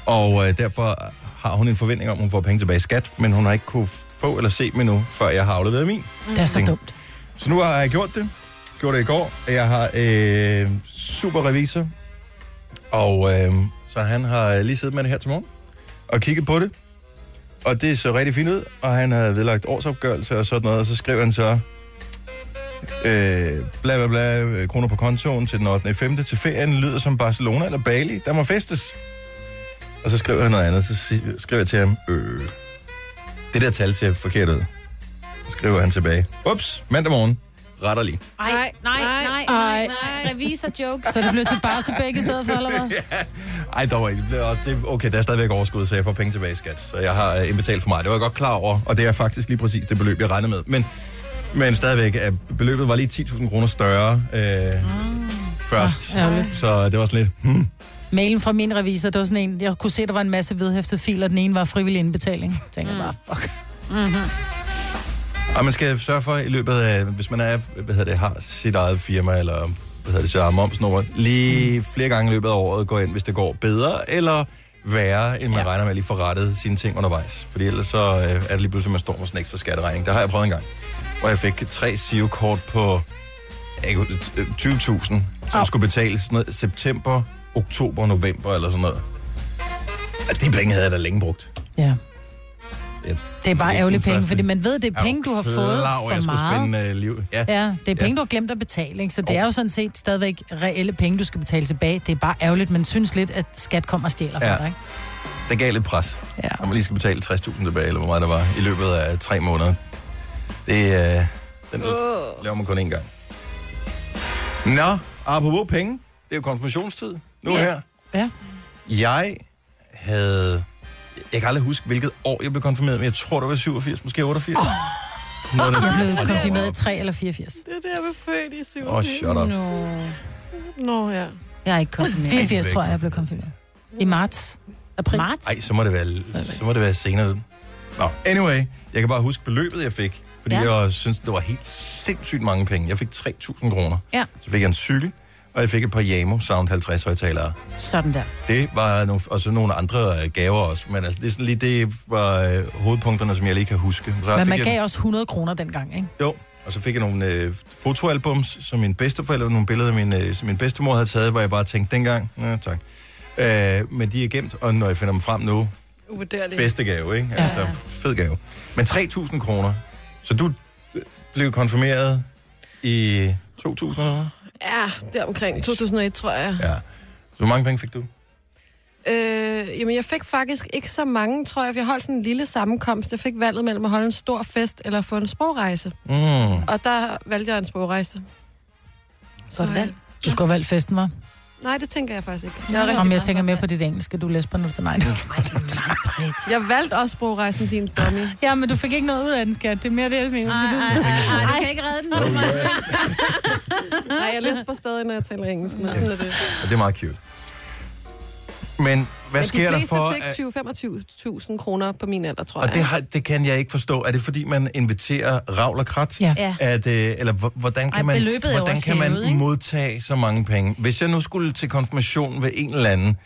S1: Og øh, derfor har hun en forventning om, at hun får penge tilbage i skat, men hun har ikke kunne f- få eller se dem endnu, før jeg har afleveret min.
S4: Mm. Det er så dumt.
S1: Så nu har jeg gjort det. Gjorde det i går. Jeg har øh, super revisor. Og øh, så han har lige siddet med det her til morgen og kigget på det. Og det så rigtig fint ud. Og han havde vedlagt årsopgørelse og sådan noget. Og så skrev han så... Øh, bla bla bla, øh, kroner på kontoen til den 8. 5. til ferien lyder som Barcelona eller Bali. Der må festes. Og så skrev han noget andet. Så si- skrev jeg til ham, øh, det der tal ser forkert ud. Så skriver han tilbage. Ups, mandag morgen. Retter lige.
S5: Ej, nej, nej, nej, nej, nej. Revisor jokes.
S4: Så det blev til bare til begge i stedet for, eller hvad?
S1: Ej, dog ikke. Det er også, det, okay, der er stadigvæk overskud, så jeg får penge tilbage i skat. Så jeg har øh, indbetalt for mig. Det var jeg godt klar over, og det er faktisk lige præcis det beløb, jeg regnede med. Men, men stadigvæk, at beløbet var lige 10.000 kroner større øh, først.
S4: Ah. ærgerligt.
S1: så det var sådan lidt, hmm,
S4: Mailen fra min revisor, det var sådan en, jeg kunne se, der var en masse vedhæftede filer, den ene var frivillig indbetaling. Jeg tænkte bare,
S1: Mm.
S4: fuck.
S1: Mhm. Og man skal sørge for i løbet af, hvis man er, hvad hedder det, har sit eget firma, eller hvad hedder det, sit eget momsnummer, lige flere gange i løbet af året gå ind, hvis det går bedre, eller værre, end man ja. regner med at lige få rettet sine ting undervejs. Fordi ellers så øh, er det lige pludselig, man står med sådan en ekstra skatteregning. Det har jeg prøvet en gang, hvor jeg fik tre SIO-kort på jeg kan huske, øh, 20.000, som oh. skulle betales sådan noget, september, oktober, november eller sådan noget. Og de penge havde jeg da længe brugt.
S4: Ja.
S1: Ja,
S4: Det er bare
S1: det er
S4: ærgerlige
S1: den
S4: penge,
S1: første.
S4: fordi man ved, det er penge, du har fået
S1: klar over, jeg
S4: for
S1: skulle
S4: meget.
S1: Spænde, øh, liv. Ja.
S4: Ja, det er penge, du har glemt at betale, ikke? så det er jo sådan set stadigvæk reelle penge, du skal betale tilbage. Det er bare ærgerligt, man synes lidt, at skat kommer og stjæler
S1: Ja.
S4: fra dig. Ikke?
S1: Det gav lidt pres,
S4: Ja.
S1: når man lige skal betale 60.000 tilbage, eller hvor meget der var, i løbet af tre måneder. Det er... Øh, den oh. laver man kun én gang. Nå, apropos penge. Det er jo konfirmationstid nu yeah. her.
S4: Ja.
S1: Jeg havde... Jeg kan aldrig huske, hvilket år jeg blev konfirmeret, men jeg tror, det var 87, måske 88. Oh. Noget, der
S4: Jeg blev konfirmeret i 3 eller 84.
S2: Det er det, jeg var født i 87.
S1: Åh, oh, shut up.
S5: Nå,
S2: Nå, ja.
S5: jeg er ikke kommet med.
S4: 84 tror jeg, jeg blev konfirmeret. I marts. April.
S5: Marts?
S1: Ej, så må det være, så må det være senere. Nå, anyway, jeg kan bare huske beløbet, jeg fik. Fordi ja.
S5: Ja.
S1: jeg synes, det var helt sindssygt mange penge. Jeg fik 3.000 kroner.
S5: Ja.
S1: Så fik jeg en cykel, og jeg fik et par Yamo Sound 50 højtalere.
S5: Sådan der.
S1: Det var nogle, og så nogle andre øh, gaver også. Men altså, det er sådan lige, det var øh, hovedpunkterne, som jeg lige kan huske. Så
S4: Men
S1: fik
S4: man
S1: jeg,
S4: gav også 100 kroner dengang, ikke?
S1: Jo, og så fik jeg nogle øh, fotoalbums, som min bedsteforældre, nogle billeder, min, øh, som min bedstemor havde taget, hvor jeg bare tænkte dengang, ja, tak. Øh, men de er gemt, og når jeg finder dem frem nu,
S2: Uvurderligt.
S1: bedste gave, ikke? Altså, fed gave. Men 3.000 kroner. Så du øh, blev konfirmeret i 2000 eller
S2: Ja, det er omkring 2001, tror jeg.
S1: Ja. Så hvor mange penge fik du?
S2: Øh, jamen, jeg fik faktisk ikke så mange, tror jeg, for jeg holdt sådan en lille sammenkomst. Jeg fik valget mellem at holde en stor fest eller få en sprogrejse.
S1: Mm.
S2: Og der valgte jeg en sprogrejse.
S5: Godt valg.
S4: Du skulle have valgt festen, var?
S2: Nej, det tænker jeg faktisk ikke. Jeg, er
S4: Jeg
S2: rigtig
S4: Om
S2: glad
S4: jeg
S2: for
S4: tænker
S2: at
S4: mere
S2: valg.
S4: på dit engelske, du læser på nu til nej.
S2: Jeg valgte også sprogrejsen, din dummy.
S4: Ja, men du fik ikke noget ud af den, skat. Det er mere det, jeg mener.
S5: Ej, ej, ej, ej, det kan ikke redde den.
S2: Nej, jeg læser på stadig, når jeg taler engelsk, men sådan er det.
S1: Og det er meget cute. Men hvad
S2: Men
S1: sker der
S2: de fleste
S1: for... at-
S2: fik 20-25.000 kroner på min alder, tror
S1: Og
S2: jeg.
S1: det, har, det kan jeg ikke forstå. Er det fordi, man inviterer Ravl og Krat?
S4: Ja.
S5: Ja.
S1: Er det, eller hvor- hvordan kan
S5: Ej,
S1: man,
S5: beløbet er jo
S1: hvordan
S5: også
S1: kan man
S5: hævet, ikke?
S1: modtage så mange penge? Hvis jeg nu skulle til konfirmation ved en eller anden,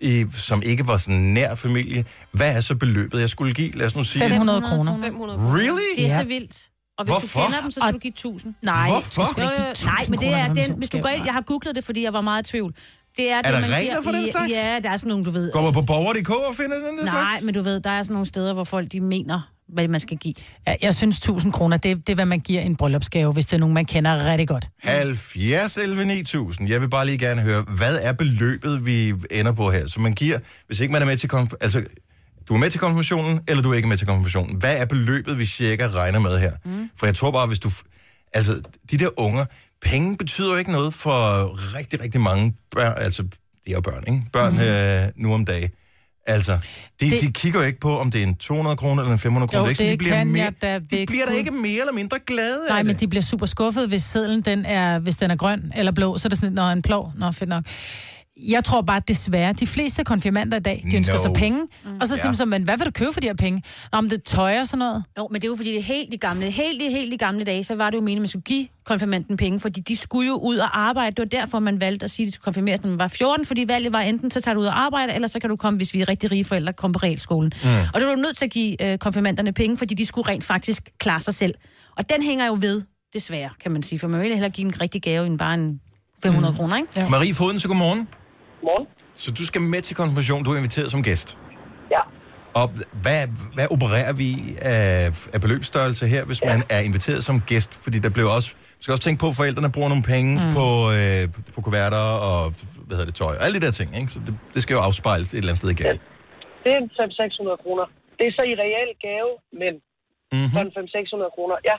S1: i, som ikke var sådan nær familie, hvad er så beløbet, jeg skulle give? Lad os nu sige...
S4: 500 kroner.
S2: 500
S1: Really?
S5: Det er
S4: Ja.
S5: så vildt. Og hvis
S1: Hvorfor?
S5: du kender dem, så skal
S4: Og-
S5: du give 1000.
S4: Nej,
S1: Hvorfor?
S4: du skal
S5: Jo,
S4: ikke
S5: jo,
S4: give
S5: jo.
S4: 1000
S5: nej, men det
S4: kroner
S5: er
S4: i
S5: den, hvis du
S4: konfirmationsgave.
S5: går ind, jeg har googlet det, fordi jeg var meget i tvivl. Det er, det,
S1: der
S5: man
S1: regler
S5: giver
S1: for den
S5: i-
S1: slags?
S5: Ja, der er sådan nogle, du ved.
S1: Går man på borger.dk og finder den der
S5: Nej,
S1: slags?
S5: men du ved, der er sådan nogle steder, hvor folk de mener, hvad man skal give.
S4: Ja, jeg synes 1000 kroner, det, det er, hvad man giver en bryllupsgave, hvis det er nogen, man kender rigtig godt.
S1: 70 11 9000. Jeg vil bare lige gerne høre, hvad er beløbet, vi ender på her? Så man giver, hvis ikke man er med til konf- altså, du er med til konfirmationen, eller du er ikke med til konfirmationen. Hvad er beløbet, vi cirka regner med her? Mm. For jeg tror bare, hvis du... f- Altså, de der unger, penge betyder jo ikke noget for rigtig, rigtig mange børn. Altså, de er jo børn, ikke? Børn mm. øh, nu om dagen. Altså, de, det...
S4: Det-
S1: de kigger jo ikke på, om det er en 200 kroner eller en 500 kroner.
S4: Jo,
S1: er ikke sådan,
S4: det
S1: de bliver
S4: kan
S1: mere,
S4: jeg da
S1: De bliver da
S4: ved-
S1: ikke mere eller mindre glade
S4: Nej,
S1: af
S4: men
S1: det.
S4: de bliver super skuffet, hvis sedlen den er, hvis den er grøn eller blå, så er det sådan, lidt, når en plov, nå fedt nok. Jeg tror bare, at desværre, de fleste konfirmander i dag, de ønsker
S1: No.
S4: sig penge, og så siger man så, men hvad vil du købe for de her penge? Nå, om det er tøj og sådan noget.
S5: Jo, men det er jo fordi, det er helt de gamle, helt, i- helt de gamle dage, så var det jo meningen, at man skulle give konfirmanden penge, fordi de skulle jo ud og arbejde. Det var derfor, man valgte at sige, at de skulle konfirmeres, når man var 14, fordi valget var enten, så tager du ud og arbejder, eller så kan du komme, hvis vi er rigtig rige forældre, komme på regelskolen. Mm. Og det var du nødt til at give øh, konfirmanderne penge, fordi de skulle rent faktisk klare sig selv. Og den hænger jo ved, desværre, kan man sige, for man vil hellere give en rigtig gave, end bare en 500
S2: Mm.
S5: kroner, ikke? Ja.
S1: Marie Foden, så godmorgen.
S9: Morgen.
S1: Så du skal med til konfirmation, du er inviteret som gæst.
S9: Ja.
S1: Og hvad, hvad opererer vi af, af beløbsstørrelse her, hvis man er inviteret som gæst? Fordi der blev også, man skal også tænke på, at forældrene bruger nogle penge mm. på, øh, på- på kuverter og hvad hedder det, tøj og alle de der ting. Ikke? Så det, det skal jo afspejles et eller andet sted igen.
S9: Det er en 500-600 kroner. Det er så i real gave, men
S1: Mhm.
S9: mm-hmm. for en 500-600 kroner. Ja,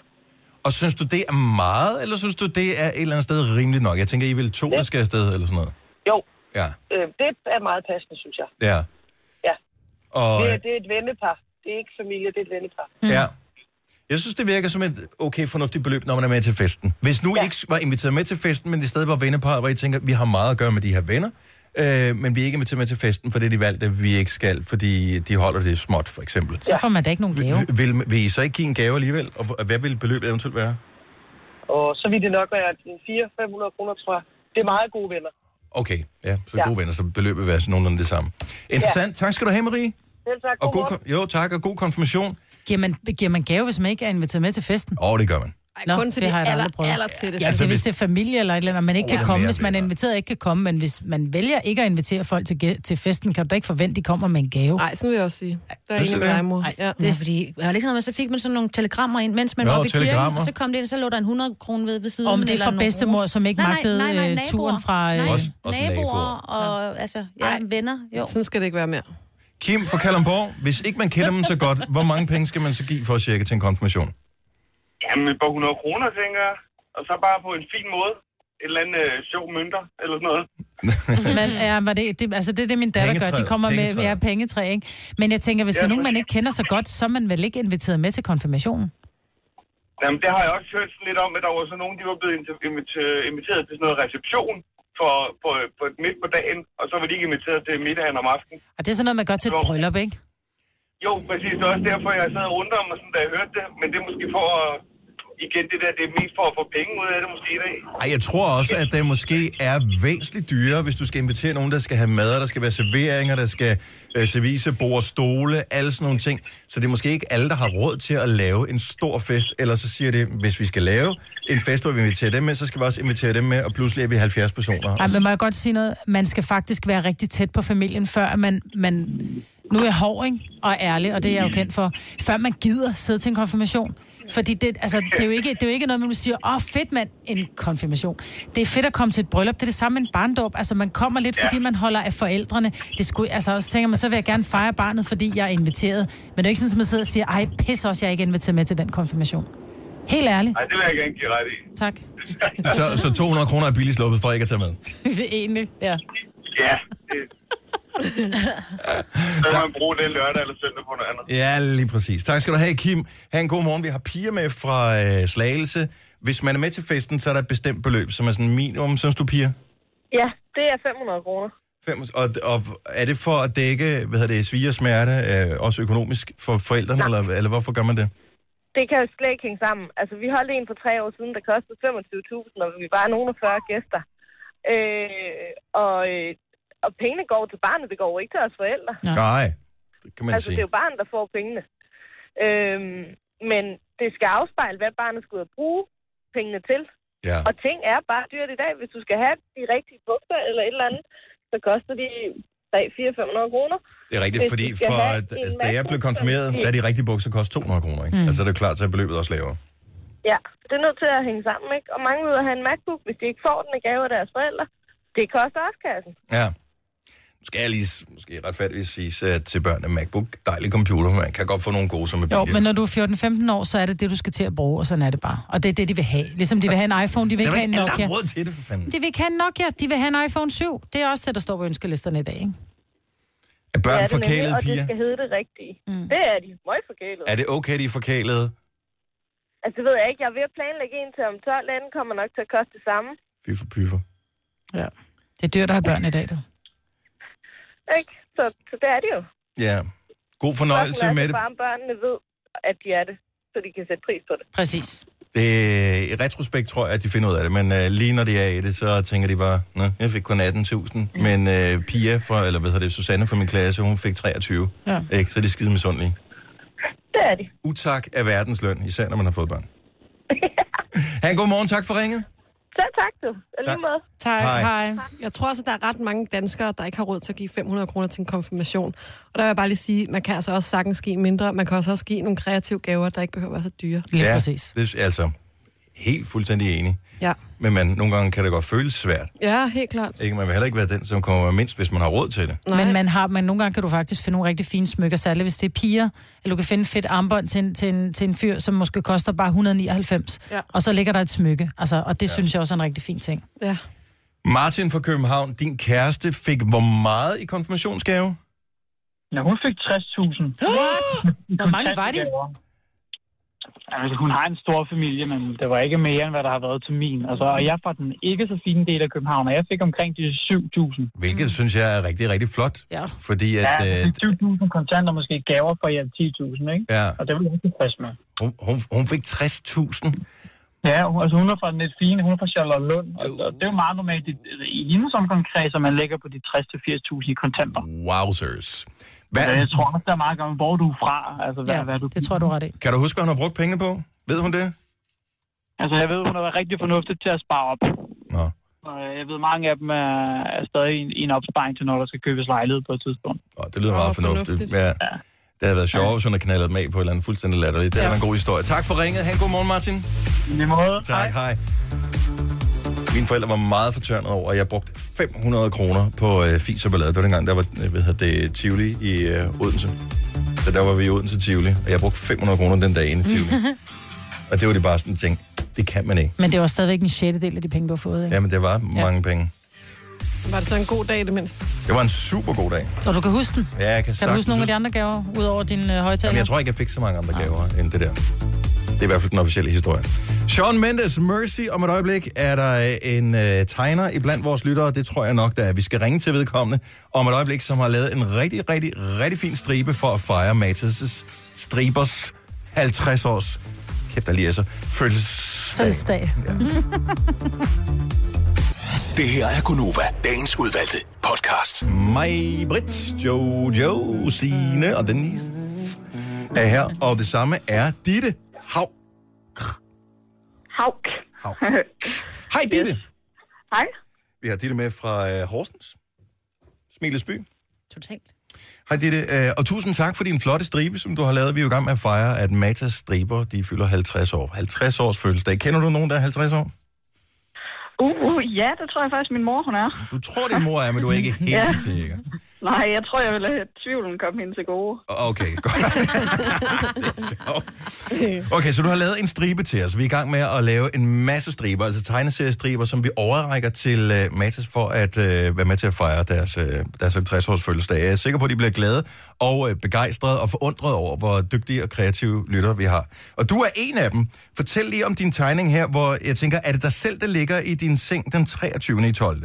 S1: Og synes du, det er meget, eller synes du, det er et eller andet sted rimeligt nok? Jeg tænker, I vil to, der skal afsted eller sådan noget.
S9: jo.
S1: Ja,
S9: Øh, det er meget passende, synes jeg.
S1: ja.
S9: Ja.
S1: Og, øh,
S9: Det, er- det er et vennepar. Det er ikke familie, det er et vennepar.
S1: Ja. Jeg synes, det virker som et okay fornuftigt beløb, når man er med til festen. Hvis nu ja. I ikke var inviteret med til festen, men i stedet var vennepar, hvor I tænker, vi har meget at gøre med de her venner, øh, men vi er ikke inviteret med til festen, for det er de valgte, vi ikke skal, fordi de holder det småt, for eksempel.
S4: Så får man da ikke nogen gave.
S1: Vil, vil, vil I så ikke give en gave alligevel? Og hvor- hvad vil beløbet eventuelt være?
S9: Og så vil det nok være en 400-500 kroner, tror jeg. Det er meget gode venner.
S1: Okay, ja, så ja.
S9: Ja.
S1: gode venner, så beløbet vil være sådan nogenlunde det samme. Interessant. Ja. Tak skal du have, Marie.
S9: Selv tak.
S1: Og god,
S9: morgen.
S1: kon- jo, tak, og god konfirmation.
S4: Giver man, giver man gave, hvis man ikke er inviteret med til festen?
S1: Åh, oh, det gør man.
S2: Ej,
S4: Nå,
S2: kun til
S4: det
S2: de
S4: har jeg da
S2: aller,
S4: aldrig prøvet.
S2: aller tætteste.
S4: Ja, altså,
S1: altså,
S4: det er,
S1: hvis-
S4: hvis det er familie eller et eller andet, og man ikke
S1: Ja,
S4: kan komme,
S1: mere
S4: hvis man er
S1: venner.
S4: inviteret og ikke kan komme, men hvis man vælger ikke at invitere folk til, gæ- til festen, kan du da ikke forvente, at de kommer med en gave.
S2: Nej, sådan vil jeg også sige. Der er
S1: Synes
S2: en
S1: du
S2: med
S1: det?
S2: dig, mor. Ja.
S5: Det er fordi, Alexander, så fik man sådan nogle telegrammer ind, mens man
S1: Nå,
S5: var oppe i kirken,
S1: telegrammer.
S5: og så kom det ind, så lå der en 100 kroner ved, ved siden.
S4: Og om det er
S5: eller
S4: fra
S5: nogle
S4: bedstemor,
S5: roser.
S4: som ikke
S5: Nej, nej,
S4: magtede
S5: nej, nej,
S4: øh,
S5: naboer.
S4: turen fra...
S5: Nej.
S4: øh,
S1: Også, også
S5: naboer,
S1: naboer.
S5: og altså, ja,
S2: Ej.
S5: venner. Jo.
S2: Sådan skal det ikke være mere.
S1: Kim fra Kalundborg, hvis ikke man kender dem så godt, hvor mange penge skal man så give for cirka til en konfirmation?
S9: Jamen, et par 100 kroner, tænker jeg. Og så bare på en fin måde. Et eller andet øh, sjov mønter, eller sådan noget.
S4: Men ja, var det, det, altså det er det, min datter gør.
S1: Pengetræ,
S4: De kommer med
S1: pengetræ.
S4: ja, pengetræ, ikke? Men jeg tænker, hvis ja, der er nogen, man ikke kender så godt, så er man vel ikke inviteret med til konfirmationen?
S9: Jamen, det har jeg også hørt sådan lidt om, at der var så nogen, de var blevet inter- invit- inviteret til sådan noget reception for, på, på midt på dagen, og så var de ikke inviteret til middagen om aftenen.
S4: Og det er sådan noget, man gør til et
S9: Jo.
S4: bryllup, ikke?
S9: Jo, præcis. Det er også derfor, jeg sad rundt om mig, sådan, da jeg hørte det. Men det er måske for at... Igen, det der, det er mest for at få penge ud af det måske i dag.
S1: Ej, jeg tror også, at det måske er væsentligt dyrere, hvis du skal invitere nogen, der skal have mad, og der skal være serveringer, der skal øh, service, bord, stole, alle sådan nogle ting. Så det er måske ikke alle, der har råd til at lave en stor fest, eller så siger det, hvis vi skal lave en fest, hvor vi inviterer dem med, så skal vi også invitere dem med, og pludselig er vi 70 personer.
S4: Ej, men må jeg godt sige noget? Man skal faktisk være rigtig tæt på familien, før man... man nu er jeg hård, ikke? Og ærlig, og det er jeg jo kendt for. Før man gider sidde til en konfirmation. Fordi det, altså, det, er jo ikke, det er jo ikke noget, man siger, åh, oh, fedt mand, en konfirmation. Det er fedt at komme til et bryllup, det er det samme med en barndåb. Altså, man kommer lidt, fordi man holder af forældrene. Det skulle, altså, og så tænker man, så vil jeg gerne fejre barnet, fordi jeg er inviteret. Men det er jo ikke sådan, at man sidder og siger, ej, pis også, jeg er ikke inviteret med til den konfirmation. Helt ærligt,
S9: Nej, det vil jeg gerne give ret i.
S4: tak.
S1: Så, så 200 kroner er billigt sluppet for ikke at tage med.
S4: det er egentlig, ja.
S9: Ja, det... så må man bruge det lørdag eller søndag på noget andet.
S1: Ja, lige præcis. Tak skal du have, Kim. Ha' en god morgen. Vi har piger med fra øh, Slagelse. Hvis man er med til festen, så er der et bestemt beløb, som er sådan minimum, synes du, piger?
S9: Ja, det er 500 kroner.
S1: Fem, og, og er det for at dække, hvad hedder det, svige og smerte, øh, også økonomisk for forældrene, eller, eller hvorfor gør man det?
S10: Det kan jo slet ikke hænge sammen. Altså, vi holdt en for tre år siden, der kostede 25.000, og vi var nogen af 40 gæster. Øh, og, øh, og pengene går til barnet, det går jo ikke til os forældre.
S1: Ja. Nej, det kan man
S10: altså,
S1: sige.
S10: det er jo barnet, der får pengene. Øhm, men det skal afspejle, hvad barnet skulle ud at bruge pengene til.
S1: Ja.
S10: Og ting er bare dyrt i dag. Hvis du skal have de rigtige bukser eller et eller andet, så koster de 3, 4, 500 kroner.
S1: Det er rigtigt,
S10: Hvis
S1: fordi
S10: du skal
S1: for,
S10: have
S1: at-
S10: en
S1: altså, da
S10: masse
S1: jeg blev
S10: bukser,
S1: konfirmeret,
S10: det-
S1: der er de rigtige bukser koster 200 kroner, ikke? Mm. Altså, det er klart, så er beløbet også lavere.
S10: Ja, det er nødt til at hænge sammen, ikke? Og mange ud at have en MacBook, hvis de ikke får den i gave af deres forældre. Det koster også kassen.
S1: Ja. Nu skal jeg lige, s- måske retfærdigvis sige at til børn, at MacBook, dejlig computer, man kan godt få nogle gode, som er
S4: Jo,
S1: billige.
S4: men når du er 14-15 år, så er det det, du skal til at bruge, og sådan er det bare. Og det er det, de vil have. Ligesom de vil have en iPhone, de vil
S1: Der
S4: ikke
S1: er
S4: have en
S1: ikke alle, der
S4: Nokia.
S1: har råd til det, for fanden.
S4: De vil ikke have en Nokia, de vil have en iPhone 7. Det er også det, der står på ønskelisterne i dag, ikke?
S1: Er
S10: Det
S1: børn
S10: er
S1: ja,
S10: det
S1: forkælede
S10: nemlig, og det
S1: piger?
S10: skal hedde det rigtige. Mm. Det er de. Møg forkælet.
S1: Er det okay, de er forkælede?
S10: Altså, det ved jeg ikke. Jeg er ved at planlægge en til om 12 lande, kommer nok til at koste det samme.
S1: Fy for pyfer.
S4: Ja. Det er dyrt at have børn i dag, du.
S10: Ikke? Så, så det er det jo.
S1: Ja. God
S10: Spørgsmålet
S1: fornøjelse
S10: er
S1: med
S10: så
S1: det.
S10: bare, om børnene ved, at de er det, så de kan sætte pris på det.
S4: Præcis.
S1: det. I retrospekt tror jeg, at de finder ud af det, men øh, lige når de er i det, så tænker de bare, Nå, jeg fik kun 18.000, men øh, Pia, fra, eller hvad hedder det, Susanne fra min klasse, hun fik 23.
S4: Ja.
S1: Ikke? Så er de skide misundelige.
S10: Det er de.
S1: Utak af verdensløn, især når man har fået børn. ha' en god morgen, tak for ringet.
S10: Så tak, du. Og lige
S1: Tak.
S10: måde.
S4: Tak,
S1: Hej.
S4: hej. hej.
S2: Jeg tror også, at der er ret mange danskere, der ikke har råd til at give 500 kroner til en konfirmation. Og der vil jeg bare lige sige, at man kan altså også sagtens give mindre. Man kan også, også give nogle kreative gaver, der ikke behøver at være så dyre.
S4: Lige ja. præcis.
S1: Det, er altså, helt fuldstændig enig.
S2: Ja.
S1: Men man, nogle gange kan det godt føles svært.
S2: Ja, helt klart.
S1: Ikke? Man vil heller ikke være den, som kommer mindst, hvis man har råd til det.
S2: Nej.
S4: Men, man har, men nogle gange kan du faktisk finde nogle rigtig fine smykker, særligt hvis det er piger, eller du kan finde et fedt armbånd til, en- til, en, til en fyr, som måske koster bare 199,
S2: Ja.
S4: ja. og så ligger der et smykke. Altså, og det ja. synes jeg også er en rigtig fin ting.
S2: Ja.
S1: Martin fra København, din kæreste fik hvor meget i konfirmationsgave?
S11: Ja, hun fik 60.000.
S4: What? Hvor mange var de?
S11: Altså, hun har en stor familie, men det var ikke mere, end hvad der har været til min. Altså, og jeg er fra den ikke så fine del af København, og jeg fik omkring de 7.000.
S1: Hvilket mm. synes jeg er rigtig, rigtig flot.
S4: Ja.
S1: Fordi at,
S11: Ja,
S1: ja. Øh,
S11: altså, 7.000 kontanter, måske gaver for i alt 10.000, ikke?
S1: ja,
S11: Og det var jeg ikke tilfreds med.
S1: hun, hun, hun fik 60.000.
S11: Ja, hun- altså hun er fra den lidt fine, hun er fra Charlottenlund, og, og det er jo meget normalt i, i hendes omgangskreds, at man lægger på de 60-80.000 i kontanter.
S1: Wowzers. Hvad,
S11: Altså, jeg tror også, der er meget gammel, hvor er du er fra, altså hvad,
S4: Ja,
S11: hvad er du...
S4: det tror jeg, du er ret i.
S1: kan du huske, hvad hun har brugt pengene på? Ved hun det?
S11: Altså, jeg ved, hun har været rigtig fornuftig til at spare op.
S1: Nå.
S11: Og øh, jeg ved, mange af dem er, er stadig i en, i en opsparing til, når der skal købes lejlighed på et tidspunkt.
S1: Nå, det lyder
S2: Åh,
S1: meget fornuftigt.
S2: fornuftigt.
S1: fornuftigt. Ja. Det havde været sjovt, hvis hun havde knaldet dem af på et eller andet fuldstændig latterligt. Det ja. er en god historie. Tak for ringet. Ha' en god morgen, Martin.
S11: I lige måde.
S1: Tak, hej. Mine forældre var meget fortørnet over, at jeg brugte 500 kroner på øh, fis og ballade. Det var dengang, der var øh, hvad hedder det, Tivoli i øh, Odense. Så der var vi i Odense Tivoli, og jeg brugte 500 kroner den dag inde i Tivoli. og det var de bare sådan ting, det kan man ikke.
S4: Men det var stadigvæk en sjettedel af de penge, du har fået, ikke?
S1: Jamen, det var mange penge.
S2: Var det så en god dag i det mindste?
S1: Det var en super god dag.
S4: Og du kan huske den.
S1: Ja, jeg kan,
S4: Kan du huske nogle af de andre gaver, ud over din øh, højtaler?
S1: Jamen, jeg tror ikke, jeg fik så mange andre gaver end det der. Det er i hvert fald den officielle historie. Sean Mendes, Mercy. Om et øjeblik er der øh, en øh, tegner iblandt vores lyttere. Det tror jeg nok, der er. Vi skal ringe til vedkommende om et øjeblik, som har lavet en rigtig, rigtig, rigtig fin stribe for at fejre Matas' stribers 50 års kæft, der lige er så fødselsdag.
S4: Fødselsdag.
S12: Det her er Gunova, dagens udvalgte podcast.
S1: Mig, Britt, Jojo, Signe og Denise er her. Og det samme er Ditte Hav.
S10: Havk.
S1: Hav. Hej, Ditte.
S10: Hej.
S1: Vi har Ditte med fra øh, Horsens. Smilesby.
S3: Totalt.
S1: Hej Ditte, øh, og tusind tak for din flotte stribe, som du har lavet. Vi er jo i gang med at fejre, at Matas striber, de fylder 50 år. 50 års fødselsdag. Kender du nogen, der er 50 år?
S10: Uh, uh, ja, det tror jeg faktisk, min mor hun er.
S1: Du tror, din mor er, men du er ikke helt ja. sikker.
S10: Nej, jeg tror, jeg vil lade tvivlen komme hende til gode.
S1: Okay, godt. Det er sjovt. okay, så du har lavet en stribe til os. Vi er i gang med at lave en masse striber, altså tegneseriestriber, som vi overrækker til uh, Matas for at uh, være med til at fejre deres, uh, deres 50-års fødselsdag. Jeg er sikker på, at de bliver glade og uh, begejstrede og forundret over, hvor dygtige og kreative lytter vi har. Og du er en af dem. Fortæl lige om din tegning her, hvor jeg tænker, er det dig selv, der ligger i din seng den 23. i 12.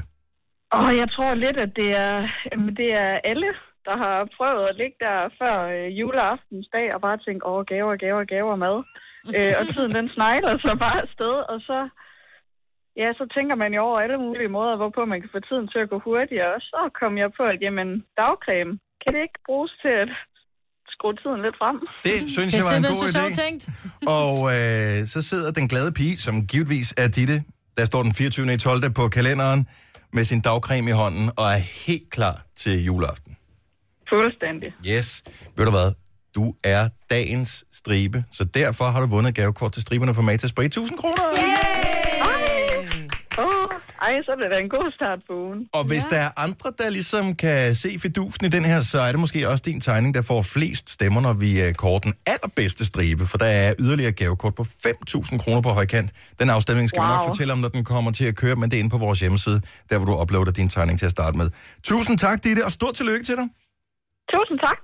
S13: Og jeg tror lidt, at det er, jamen, det er alle, der har prøvet at ligge der før øh, juleaftensdag og bare tænke, åh, gaver, gaver, gaver, mad. øh, og tiden den snegler sig bare afsted, og så, ja, så tænker man jo over alle mulige måder, hvorpå man kan få tiden til at gå hurtigere. Og så kom jeg på, at jamen, dagcreme, kan det ikke bruges til at skrue tiden lidt frem?
S1: Det synes jeg var en god idé. Og øh, så sidder den glade pige, som givetvis er Ditte, der står den 24. i 12. på kalenderen, med sin dagcreme i hånden og er helt klar til juleaften.
S13: Fuldstændig.
S1: Yes. Ved du hvad? Du er dagens stribe, så derfor har du vundet gavekort til striberne for Matas på 1.000 kroner.
S13: Åh, ej, så blev det en god start på ugen.
S1: Og hvis ja. der er andre, der ligesom kan se fidusen i den her, så er det måske også din tegning, der får flest stemmer, når vi øh, kårer den allerbedste stribe, for der er yderligere et gavekort på 5.000 kroner på højkant. Den afstemning skal wow. vi nok
S13: Wow.
S1: fortælle om, når den kommer til at køre, men det er inde på vores hjemmeside, der hvor du uploader din tegning til at starte med. Tusind tak, Ditte, og stort tillykke til dig.
S13: Tusind tak.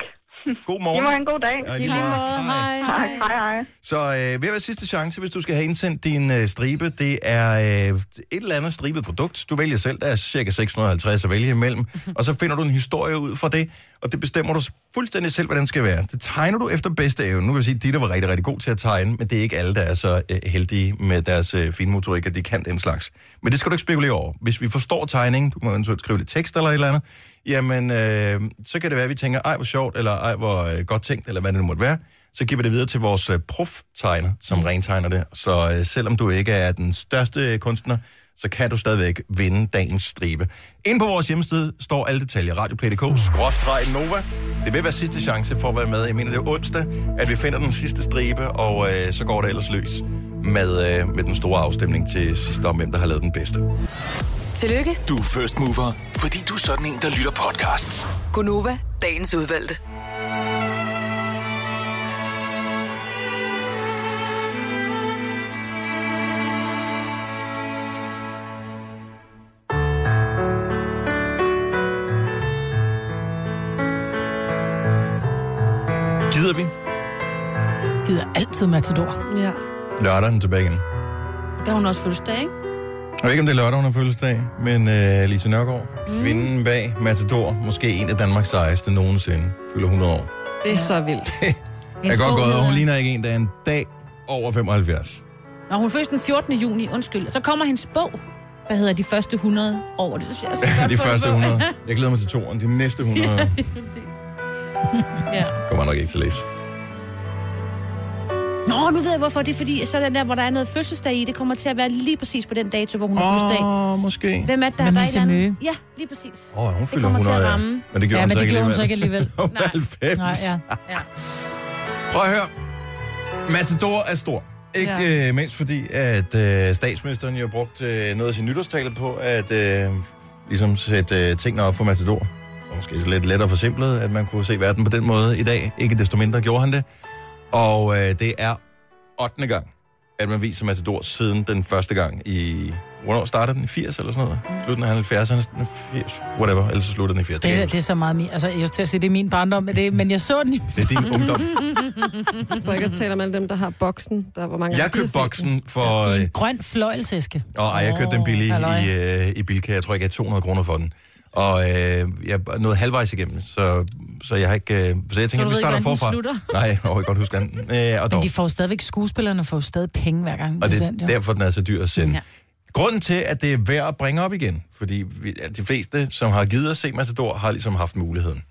S1: God morgen.
S13: I må have en god dag.
S1: Ja, i lige måde.
S13: Hej. Hej, hej. hej.
S1: Så øh, ved at være sidste chance, hvis du skal have indsendt din øh, stribe, det er øh, et eller andet stribet produkt. Du vælger selv, der er cirka 650 at vælge imellem, og så finder du en historie ud fra det, og det bestemmer du fuldstændig selv, hvordan den skal være. Det tegner du efter bedste evne. Nu kan jeg sige, at Ditte var rigtig, rigtig god til at tegne, men det er ikke alle, der er så øh, heldige med deres øh, finmotorik, at de kan den slags. Men det skal du ikke spekulere over. Hvis vi forstår tegningen, du må eventuelt skrive lidt tekst eller et eller andet, jamen, øh, så kan det være, at vi tænker, ej, hvor sjovt, eller ej, hvor øh, godt tænkt, eller hvad det nu måtte være så giver vi det videre til vores øh, prof-tegner, som rentegner det. Så øh, selvom du ikke er den største øh, kunstner, så kan du stadigvæk vinde dagens stribe. Inde på vores hjemmeside står alle detaljer. Radioplay.dk, skråstreg Nova. Det vil være sidste chance for at være med. Jeg mener, det er onsdag, at vi finder den sidste stribe, og øh, så går det ellers løs med, øh, med den store afstemning til sidst om, hvem der har lavet den bedste.
S6: Tillykke,
S7: Du er first mover, fordi du er sådan en, der lytter podcasts.
S6: Gunova, dagens udvalgte.
S1: Gider vi
S4: Gider altid matador.
S2: Ja.
S1: lørdagen tilbage igen?
S5: Der er hun også fødselsdag, ikke?
S1: Jeg ved ikke, om det er lørdag, hun har fødselsdag, men øh, Lise Nørgaard, mm. kvinden bag Matador, måske en af Danmarks sejeste nogensinde, fylder 100 år.
S2: Det er så vildt.
S1: Jeg er godt gået, og hun ligner ikke en, der er en dag over 75.
S5: Nå, hun fødte den 14. juni, undskyld. Og så kommer hendes bog, der hedder De Første 100 år. Det synes jeg altså godt
S1: De
S5: på en
S1: første
S5: bog.
S1: 100. Jeg glæder mig til toeren. De næste 100
S5: ja, lige præcis. ja.
S1: kommer jeg nok ikke til at læse.
S5: Nå, nu ved jeg hvorfor. Det er fordi, så den der, hvor der er noget fødselsdag i, det kommer til at være lige præcis på den dato, hvor hun har
S1: Åh,
S5: fødselsdag.
S1: måske.
S5: Hvem er det, der er
S1: Men
S5: der
S1: Lise Møge.
S5: Ja, lige præcis.
S1: Åh, oh, hun fylder
S5: kommer til
S1: 100,
S5: at
S1: ja.
S5: ramme.
S1: Men det gjorde
S5: Ja,
S1: hun
S5: men
S1: så
S5: det
S1: ikke
S5: gjorde hun så ikke
S1: alligevel.
S5: alligevel.
S1: Hun var 90.
S5: Nej, ja.
S1: Ah.
S5: ja.
S1: Prøv at høre. Matador er stor. Ikke ja.
S14: Ja.
S1: øh, mindst fordi, at øh, statsministeren jo brugte øh, noget af sin nytårstale på at øh, ligesom sætte øh, tingene op for Matador. Og måske lidt lettere forsimplet, at man kunne se verden på den måde i dag. Ikke desto mindre gjorde han det. Og øh, det er 8. gang, at man viser Matador siden den første gang i... Hvornår startede den? I 80 eller sådan noget? Slutten af 70'erne? 80? Whatever. Ellers så slutter den i 80.
S4: Det, er- det er så meget min. Altså, jeg skulle til at sige, det er min barndom, men, det, men jeg så den i
S1: Det er din ungdom.
S2: For ikke at tale om alle dem, der har boksen. Der, hvor mange
S1: Jeg købte boksen for... Øh,
S4: grøn fløjelsæske.
S1: Og ej, jeg købte den billige
S4: halløj.
S1: i, øh, i Bilka. Jeg tror ikke, jeg gav 200 kroner for den. Og øh, jeg nåede halvvejs igennem, så, så jeg har ikke... Øh, så jeg
S4: du
S1: tænker, vi starter
S4: ved ikke, hvordan den
S1: forfra.
S4: slutter?
S1: Nej, jeg kan godt huske den. Øh, og
S4: Men
S1: dog.
S4: de får jo stadigvæk, skuespillerne får jo stadig penge hver gang.
S1: Og
S4: de
S1: det
S4: er sendt,
S1: er
S4: jo.
S1: derfor, den er så dyr at sende. Ja.
S4: Ja.
S1: Grunden til, at det er værd at bringe op igen, fordi vi, at de fleste, som har givet at se Matador, har ligesom haft muligheden.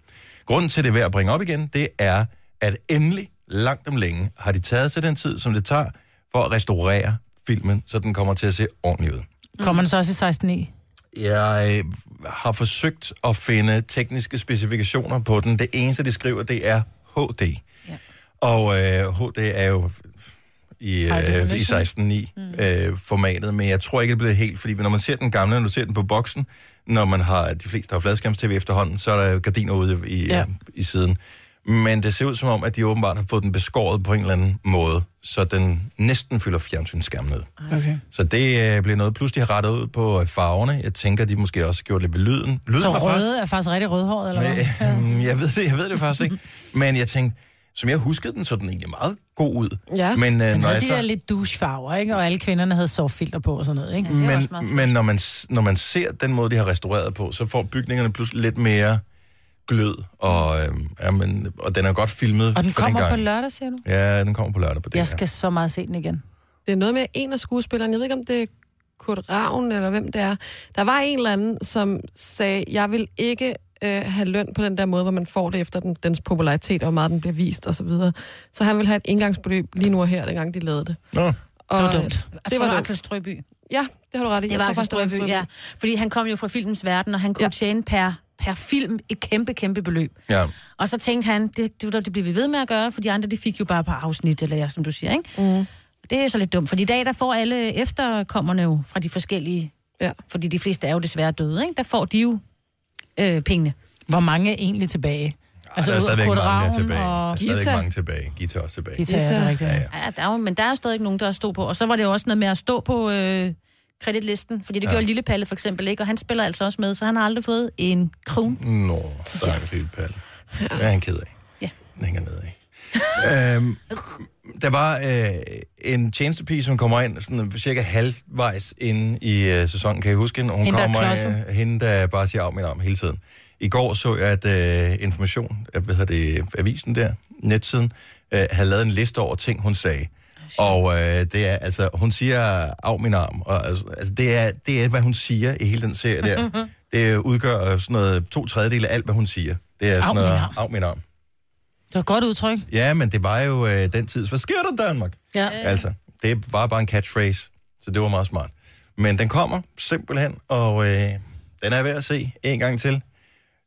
S1: Grunden til, at det er værd at bringe op igen, det er, at endelig, langt om længe, har de taget sig den tid, som det tager, for at restaurere filmen, så den kommer til at se ordentligt ud.
S4: Kommer den så også i 16 i?
S1: Jeg øh, har forsøgt at finde tekniske specifikationer på den. Det eneste, de skriver, det er HD. Ja. Og øh, HD er jo i, øh, i 16.9 øh, formatet, men jeg tror ikke, det bliver helt, fordi når man ser den gamle, når du ser den på boksen, når man har, de fleste har fladskærms-tv efterhånden, så er der gardiner ude i, ja.
S15: Ja.
S1: i siden. Men det ser ud som om, at de åbenbart har fået den beskåret på en eller anden måde, så den næsten fylder fjernsynsskærmen ud.
S4: Okay.
S1: Så det øh, bliver noget. Plus, de har rettet ud på øh, farverne. Jeg tænker, de måske også har gjort lidt ved lyden. Lyden
S4: så
S1: var mm,
S4: røde er faktisk rigtig rødhåret, eller hvad?
S1: Øh, Jeg ved det, jeg ved det faktisk ikke. Men jeg tænkte, som jeg huskede den, så den egentlig meget god ud.
S4: Ja,
S1: Men, øh,
S4: men
S1: når
S4: havde
S1: jeg
S4: de der
S1: så,
S4: lidt douchefarver, ikke? Og alle kvinderne havde sovfilter på og sådan noget, ikke?
S1: men, men når, man, s- når man ser den måde, de har restaureret på, så får bygningerne pludselig lidt mere glød, og, øh, jamen, og den er godt filmet
S4: Og den
S1: for
S4: kommer på
S1: gang.
S4: lørdag, siger du?
S1: Ja, den kommer på lørdag på det
S4: Jeg skal så meget se den igen.
S2: Det er noget med en af skuespillerne, jeg ved ikke om det er Kurt Ravn eller hvem det er. Der var en eller anden, som sagde, jeg vil ikke øh, have løn på den der måde, hvor man får det efter den, dens popularitet, og hvor meget den bliver vist osv. Så, videre. så han ville have et engangsbeløb lige nu og her, dengang de lavede det.
S1: Nå, det
S5: var dumt.
S2: Det
S4: Altså,
S2: var
S5: Axel
S2: dumt.
S5: Strøby.
S2: Ja, det har du ret i.
S5: Det
S2: Jeg
S5: var
S2: tror
S5: Axel
S2: faktisk, det var
S5: Strøby,
S2: Strøbye.
S5: ja. Fordi han kom jo fra filmens verden, og han kunne ja. tjene per, per film et kæmpe, kæmpe beløb.
S1: Ja.
S5: Og så tænkte han, det, det, det bliver vi ved med at gøre, for de andre, de fik jo bare på afsnit, eller ja, som du siger, ikke?
S2: Mm.
S5: Det er jo så lidt dumt, for i dag, der får alle efterkommerne jo fra de forskellige,
S2: ja.
S5: fordi de fleste er jo desværre døde, ikke? Der får de jo øh, pengene.
S4: Hvor mange er egentlig tilbage?
S1: der er
S4: altså ud af
S1: stadigvæk
S4: Kurt
S1: mange der er
S4: Ravn
S1: tilbage. Der er
S4: og-
S1: stadigvæk
S4: Gita.
S1: mange tilbage. Gita er også tilbage.
S4: Gita, ja, det er altså rigtigt.
S1: Ja, ja.
S5: Ja, der er jo, men der er jo stadig nogen, der stod på. Og så var det jo også noget med at stå på øh, kreditlisten, fordi det
S1: Ja.
S5: ja. gjorde Lille Palle for eksempel, ikke? Og han spiller altså også med, så han har aldrig fået en krone.
S1: Nå, stakkels lille Palle. Det er han ked af.
S5: Ja.
S1: Den hænger nedad. øhm, der var øh, en tjenestepige, som kommer ind sådan, cirka halvvejs inde i øh, sæsonen. Kan I huske hende? Hun
S14: Hende, der er
S1: kommer,
S14: klodset.
S1: øh, hende, der bare siger af min arm hele tiden. I går så jeg, at øh, Information, øh, hvad hedder det, avisen der, netsiden, øh, havde lavet en liste over ting, hun sagde. Og øh, det er, altså, hun siger af min arm, og altså, altså, det, er, det er, hvad hun siger i hele den serie der. Det udgør øh, sådan noget to tredjedele af alt, hvad hun siger. Det er sådan
S4: Av min
S1: noget,
S4: arm.
S1: af min arm.
S4: Det var et godt udtryk.
S1: Ja, men det var jo øh, den tid. Hvad sker der, Danmark?
S4: Ja.
S1: Altså, det var bare en catchphrase, så det var meget smart. Men den kommer simpelthen, og øh, den er værd at se en gang til.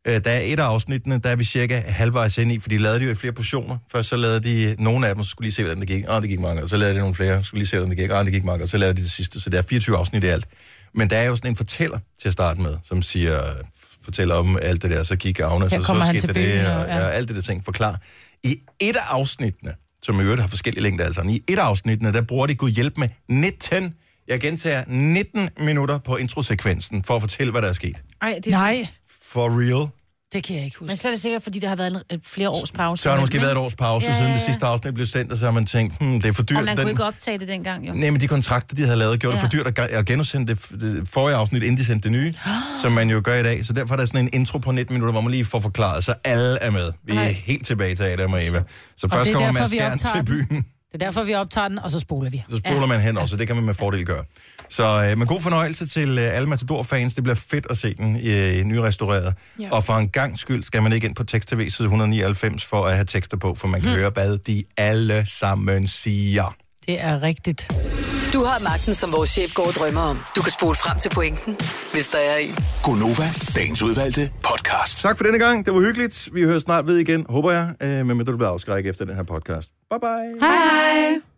S1: Øh, der er et af afsnittene, der er vi cirka halvvejs ind i, for de lavede det jo i flere portioner. Først så lavede de nogle af dem, så skulle lige se, hvordan det gik. Ah, det gik mange, og så lavede de nogle flere, så skulle lige se, hvordan det gik. Ah, det gik mange, og så lavede de det sidste. Så det er 24 afsnit i alt. Men der er jo sådan en fortæller til at starte med, som siger, fortæller om alt det der, så gik Agnes,
S4: Her
S1: og
S4: kommer
S1: så
S4: han
S1: skete
S4: til
S1: der det,
S4: byen,
S1: og,
S4: og-
S1: og,
S4: ja.
S1: alt det der ting forklar. I et af afsnittene, som i øvrigt har forskellige længder altså, i et af afsnittene, der bruger de Gud hjælp med 19, jeg gentager 19 minutter på introsekvensen, for at fortælle, hvad der er sket.
S5: Ej, det er Nej.
S1: For real.
S4: Det kan jeg ikke huske.
S5: Men så er det sikkert, fordi der har været en, et flere års pause.
S1: Så har der måske
S5: imellem,
S1: været et års pause,
S5: Ja,
S1: ja, siden
S5: ja,
S1: det
S5: ja.
S1: sidste afsnit blev sendt, og så har man tænkt, hmm, det er for
S5: ikke?
S1: dyrt.
S5: Og man kunne ikke optage det dengang, jo.
S1: Nej, men de kontrakter, de havde lavet, gjorde ja. det
S5: Ja.
S1: for dyrt at ge- at genudsende det f- det forrige afsnit, inden de sendte det nye, som man jo gør i dag. Så derfor er der sådan en intro på 19 minutter, hvor man lige får forklaret, så alle er med. Vi er
S4: Nej.
S1: helt tilbage til Adam og Eva. Så
S4: Og
S1: først
S4: det er
S1: kommer
S4: derfor,
S1: Mads
S4: vi
S1: Stern
S4: optager
S1: til
S4: den.
S1: byen,
S4: Det er derfor, vi optager den, og så spoler vi.
S1: så spoler ja. man hen også, det kan man med fordel gøre. Så øh, men god fornøjelse til øh, alle Matador-fans. Det bliver fedt at se den øh, nyrestaureret.
S4: Ja.
S1: Ja. Og for en gang skyld skal man ikke ind på tekst-tv side 199 for at have tekster på, for man kan hmm. høre, hvad de alle sammen siger.
S4: Det er rigtigt.
S6: Du har magten, som vores chef går og drømmer om. Du kan spole frem til pointen, hvis der er en.
S7: Gonova, dagens udvalgte podcast.
S1: Tak for denne gang. Det var hyggeligt. Vi hører snart ved igen, håber jeg. Øh, men du bliver afskrækket efter den her podcast. Bye bye.
S6: Hej.